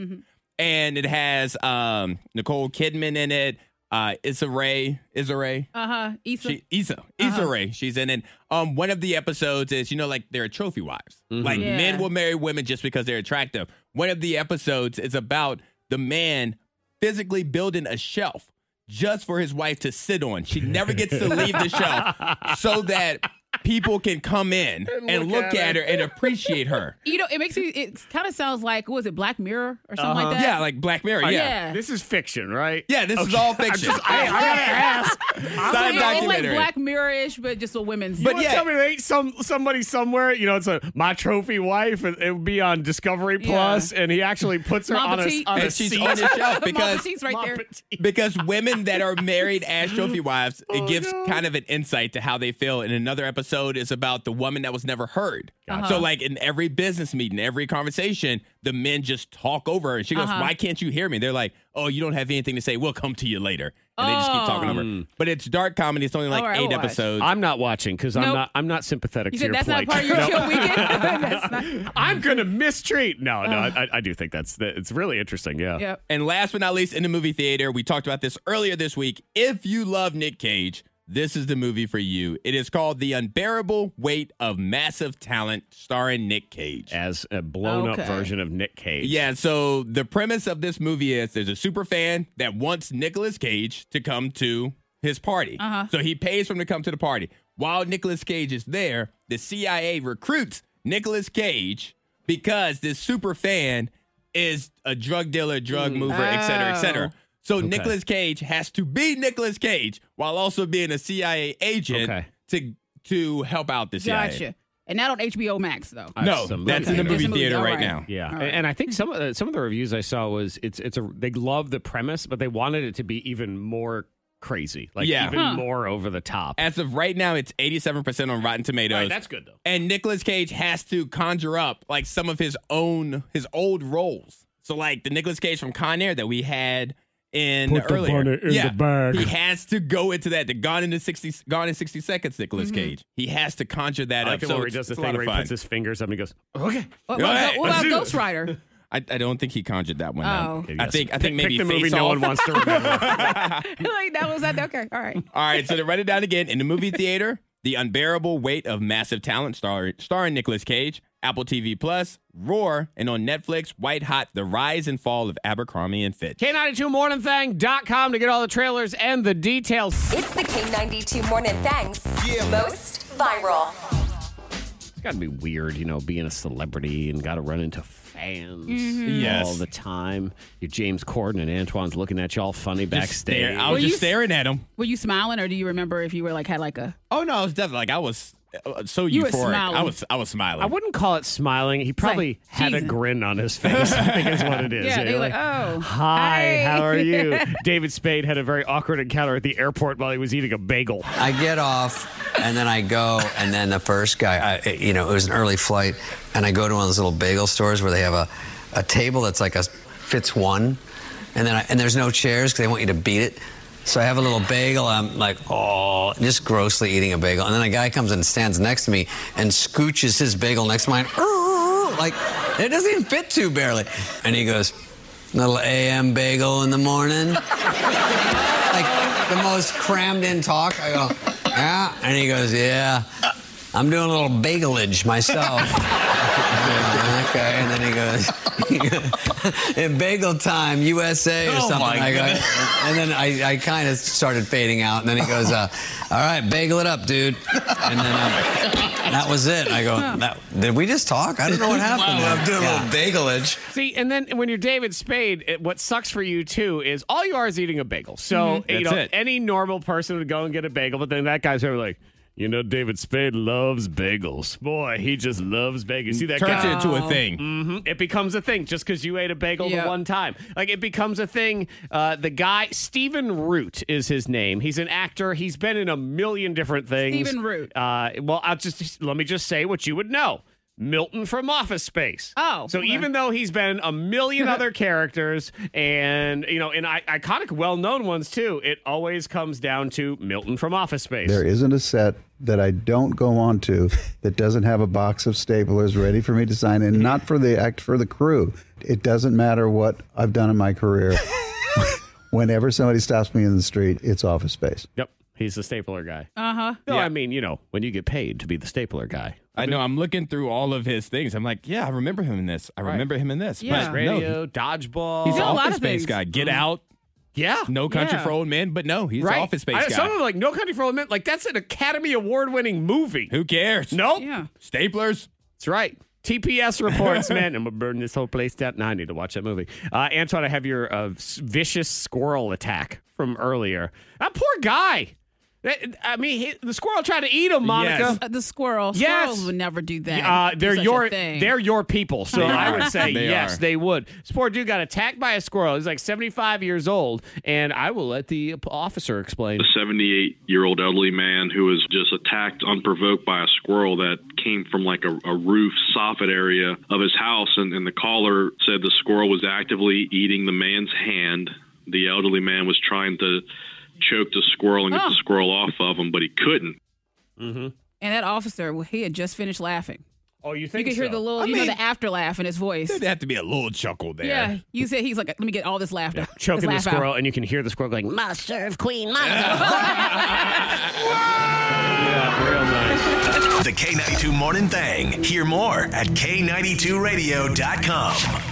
S4: and it has um, Nicole Kidman in it. Uh, Issa Rae, Issa Rae.
S6: Uh huh. Issa.
S4: She, Issa, Issa Rae, she's in it. Um, one of the episodes is you know like they're trophy wives. Like
S6: Yeah.
S4: men will marry women just because they're attractive. One of the episodes is about the man physically building a shelf just for his wife to sit on. She never gets to leave the [laughs] shelf so that people can come in and look, at, her and appreciate her.
S6: you know, it makes me. It kind of sounds like what was it Black Mirror or something like that?
S4: Uh-huh. Yeah, like Black Mirror. Yeah. Yeah,
S6: Oh, Yeah.
S3: This is fiction, right?
S4: this is
S3: Okay. [laughs]
S4: all fiction.
S3: Just- I, I
S6: [laughs]
S3: gotta ask.
S4: it's not a
S6: Yeah, it's like
S4: documentary.
S6: Black Mirror-ish, but just with women's.
S4: But
S3: But
S4: yeah.
S3: yeah, tell me there ain't some somebody somewhere. You know, it's a my trophy wife. It, it would be on Discovery
S6: Yeah.
S3: Plus, and he actually puts her
S6: Ma
S3: on a
S6: Petite.
S3: on a
S4: and she's
S3: seat.
S4: on [laughs] the shelf
S6: Mama
S4: because
S6: T's right
S3: Ma
S6: there.
S3: Petite.
S4: [laughs] because women that are married as trophy wives, it gives
S3: no.
S4: kind of an insight to how they feel. In another episode is about the woman that was never heard.
S12: Gotcha.
S4: So,
S12: Uh-huh.
S4: like in every business meeting, every conversation, the men just talk over her. And she goes,
S12: Uh-huh.
S4: Why can't you hear me? They're like, Oh, you don't have anything to say. We'll come to you later. And they just keep talking over her. But it's dark comedy. It's only like
S6: Oh. All right,
S4: eight
S6: we'll watch.
S4: episodes.
S3: I'm not watching because I'm
S6: Nope.
S3: not. I'm not sympathetic
S6: You
S3: to
S6: said
S3: your
S6: that's not
S3: plight.
S6: part of your
S3: No.
S4: [laughs]
S6: chill weekend. [laughs] That's not-
S3: [laughs] I'm gonna mistreat. No, no,
S6: Ugh.
S3: I, I do think that's that it's really interesting. [laughs] Yeah.
S4: And last but not least, in the movie theater, we talked about this earlier this week. If you love Nick Cage, this is the movie for you. It is called The Unbearable Weight of Massive Talent, starring Nick Cage.
S3: As a blown up version of Nick Cage.
S4: Yeah, so the premise of this movie is there's a super fan that wants Nicolas Cage to come to his party.
S12: Uh-huh.
S4: So he pays for him to come to the party. While Nicolas Cage is there, the CIA recruits Nicolas Cage because this super fan is a drug dealer, drug mover, et cetera, et cetera.
S12: Oh.
S4: So
S12: Okay.
S4: Nicolas Cage has to be Nicolas Cage while also being a CIA agent to to help out the CIA.
S6: Gotcha. And not on HBO Max though.
S4: No, that's in the movie theater right now.
S3: Yeah,
S6: All right.
S3: and I think some of the, some of the reviews I saw was it's it's a they love the premise, but they wanted it to be even more crazy, like
S4: Yeah.
S3: even
S4: Huh.
S3: more over the top.
S4: As of right now, it's 87% on Rotten Tomatoes.
S3: Right, that's good, though.
S4: And Nicolas Cage has to conjure up like some of his own, his old roles. So like the Nicolas Cage from Con Air that we had in
S12: Put the
S4: earlier.
S12: bunny in the
S4: yeah,
S12: bag.
S4: He has to go into that. The Gone in the 60, Gone in 60 Seconds Nicolas Cage. He has to conjure that
S3: Mm-hmm. I
S4: up.
S3: like the one
S4: so
S3: where he
S4: it's
S3: does the
S4: it's a lot
S3: thing where
S4: of
S3: he
S4: fun.
S3: puts his fingers up and he goes,
S6: Okay.
S4: All
S6: What, what,
S4: right,
S6: about- what about
S4: let's do it.
S3: [laughs]
S6: Ghost Rider? [laughs]
S4: I, I don't think he conjured that one
S6: Oh.
S4: up.
S6: Okay,
S4: I
S6: yes.
S4: think I
S3: Pick-
S4: think
S3: pick
S4: maybe
S3: the movie
S4: Face
S3: no
S4: Off.
S3: one wants
S4: [laughs]
S3: to
S6: like that was that okay.
S3: [laughs]
S6: All right.
S4: All right, so to write it down again, in the movie theater, The Unbearable Weight of Massive Talent, star, starring Nicolas Cage, Apple TV Plus, Roar, and on Netflix, White Hot, The Rise and Fall of Abercrombie and Fitch.
S3: K92morningthang.com to get all the trailers and the details.
S8: It's the K92 Morning Thangs most viral.
S3: It's got to be weird, you know, being a celebrity and got to run into fans
S6: Mm-hmm.
S8: Mhm.
S3: all
S4: Yes.
S3: the time. Your James Corden and Antoine's looking at you all funny backstage.
S4: stare- I was Were just you- staring at him.
S6: Were you smiling or do you remember if you were like had like a
S4: Oh no, I was definitely like I was uh, so
S6: You were
S4: euphoric. I
S6: smiling.
S4: was I was smiling.
S3: I wouldn't call it smiling. He probably had a grin on his face.
S6: [laughs]
S3: I think is what it is.
S6: Yeah,
S3: you're
S6: they're like, "Oh,
S3: hi,
S6: hi."
S3: how are you? David Spade had a very awkward encounter at the airport while he was eating a bagel.
S14: I get off and then I go, and then the first guy, I, you know, it was an early flight, and I go to one of those little bagel stores where they have a, a table that's like a fits one, and then I, and there's no chairs because they want you to beat it. So I have a little bagel. I'm like, oh, just grossly eating a bagel. And then a guy comes and stands next to me and scooches his bagel next to mine. Like, it doesn't even fit too barely. And he goes, little AM bagel in the morning [laughs] like the most crammed in talk. I go, yeah. And he goes, yeah. I'm doing a little bagelage myself. Yeah, okay. And then he goes, [laughs] in bagel time, USA or
S15: Oh,
S14: something.
S15: my
S14: I go,
S15: goodness.
S14: and then I, I kind of started fading out. And then he goes, uh, all right, bagel it up, dude. And then um, that was it. I go, that, did we just talk? I don't know what happened.
S3: Wow, I'm doing a
S14: little bagelage.
S3: See, and then when you're David Spade, it, what sucks for you too is all you are is eating a bagel. So
S12: Mhm.
S3: you
S12: That's
S3: know,
S12: it.
S3: any normal person would go and get a bagel, but then that guy's over like. You know, David Spade loves bagels. Boy, he just loves bagels. You see that
S4: Turns
S3: guy?
S4: it Mm, into a thing.
S3: hmm It becomes a thing just because you ate a bagel
S12: Yeah.
S3: the one time. Like it becomes a thing. Uh, the guy Stephen Root is his name. He's an actor. He's been in a million different things.
S6: Stephen Root.
S3: Uh, well, I'll just let me just say what you would know. Milton from Office Space.
S6: Oh,
S3: so
S6: okay.
S3: even though he's been a
S6: [laughs]
S3: million other characters and you know in I- iconic, well-known ones too, it always comes down to Milton from Office Space.
S16: There isn't a set that I don't go on to that doesn't have a box of staplers ready for me to sign in, not for the act, for the crew. It doesn't matter what I've done in my career. Whenever somebody stops me in the street, it's office space.
S3: Yep, he's the stapler guy.
S6: uh-huh.
S3: No, I mean you know when you get paid to be the stapler guy.
S4: I know. I'm looking through all of his things. I'm like, yeah, I remember him in this. I remember him in this.
S3: Yeah.
S4: But
S3: Radio,
S4: no,
S3: dodgeball.
S4: he's an office space guy. Get out.
S3: Yeah.
S4: No country
S3: Yeah.
S4: for old men. But no, he's an
S3: right?
S4: office space
S3: I-
S4: guy.
S3: Some of them like No Country for Old Men. Like that's an Academy Award winning movie.
S4: Who cares?
S3: Nope.
S6: [laughs] Yeah.
S4: Staplers.
S3: That's right.
S4: [laughs]
S3: TPS reports, man. I'm gonna burn this whole place down. Now I need to watch that movie. Uh, Antoine, I have your uh, s- vicious squirrel attack from earlier. That poor guy. That- I mean, he- the squirrel tried to eat him, Monica.
S6: Uh, the squirrel.
S3: Yes.
S6: Squirrels would never do that.
S3: Uh, they're
S6: Such a
S3: your
S6: thing.
S3: they're your people, so
S6: They
S3: I
S6: are.
S3: would say
S6: [laughs] They
S3: yes,
S6: are.
S3: they would. This poor dude got attacked by a squirrel. He's like seventy five years old, and I will let the officer explain.
S5: A 78 year old elderly man who was just attacked unprovoked by a squirrel that came from like a, a roof soffit area of his house. And, and the caller said the squirrel was actively eating the man's hand. The elderly man was trying to choke the squirrel and get
S6: Oh.
S5: the squirrel off of him, but he couldn't. Mm-hmm.
S6: And that officer, well, he had just finished laughing.
S3: Oh, you
S6: You
S3: think
S6: could hear
S3: so?
S6: the little,
S3: I
S6: you know,
S3: mean-
S6: the after laugh in his voice.
S17: There'd have to be a little chuckle there.
S6: Yeah, you said he's like, let me get all this laughter. This
S3: Choking the
S6: laugh out."
S3: squirrel, and you can hear the squirrel going. "Mah."
S6: Must serve Queen Monica.
S4: The K92 Morning Thing. Hear more at K92Radio.com.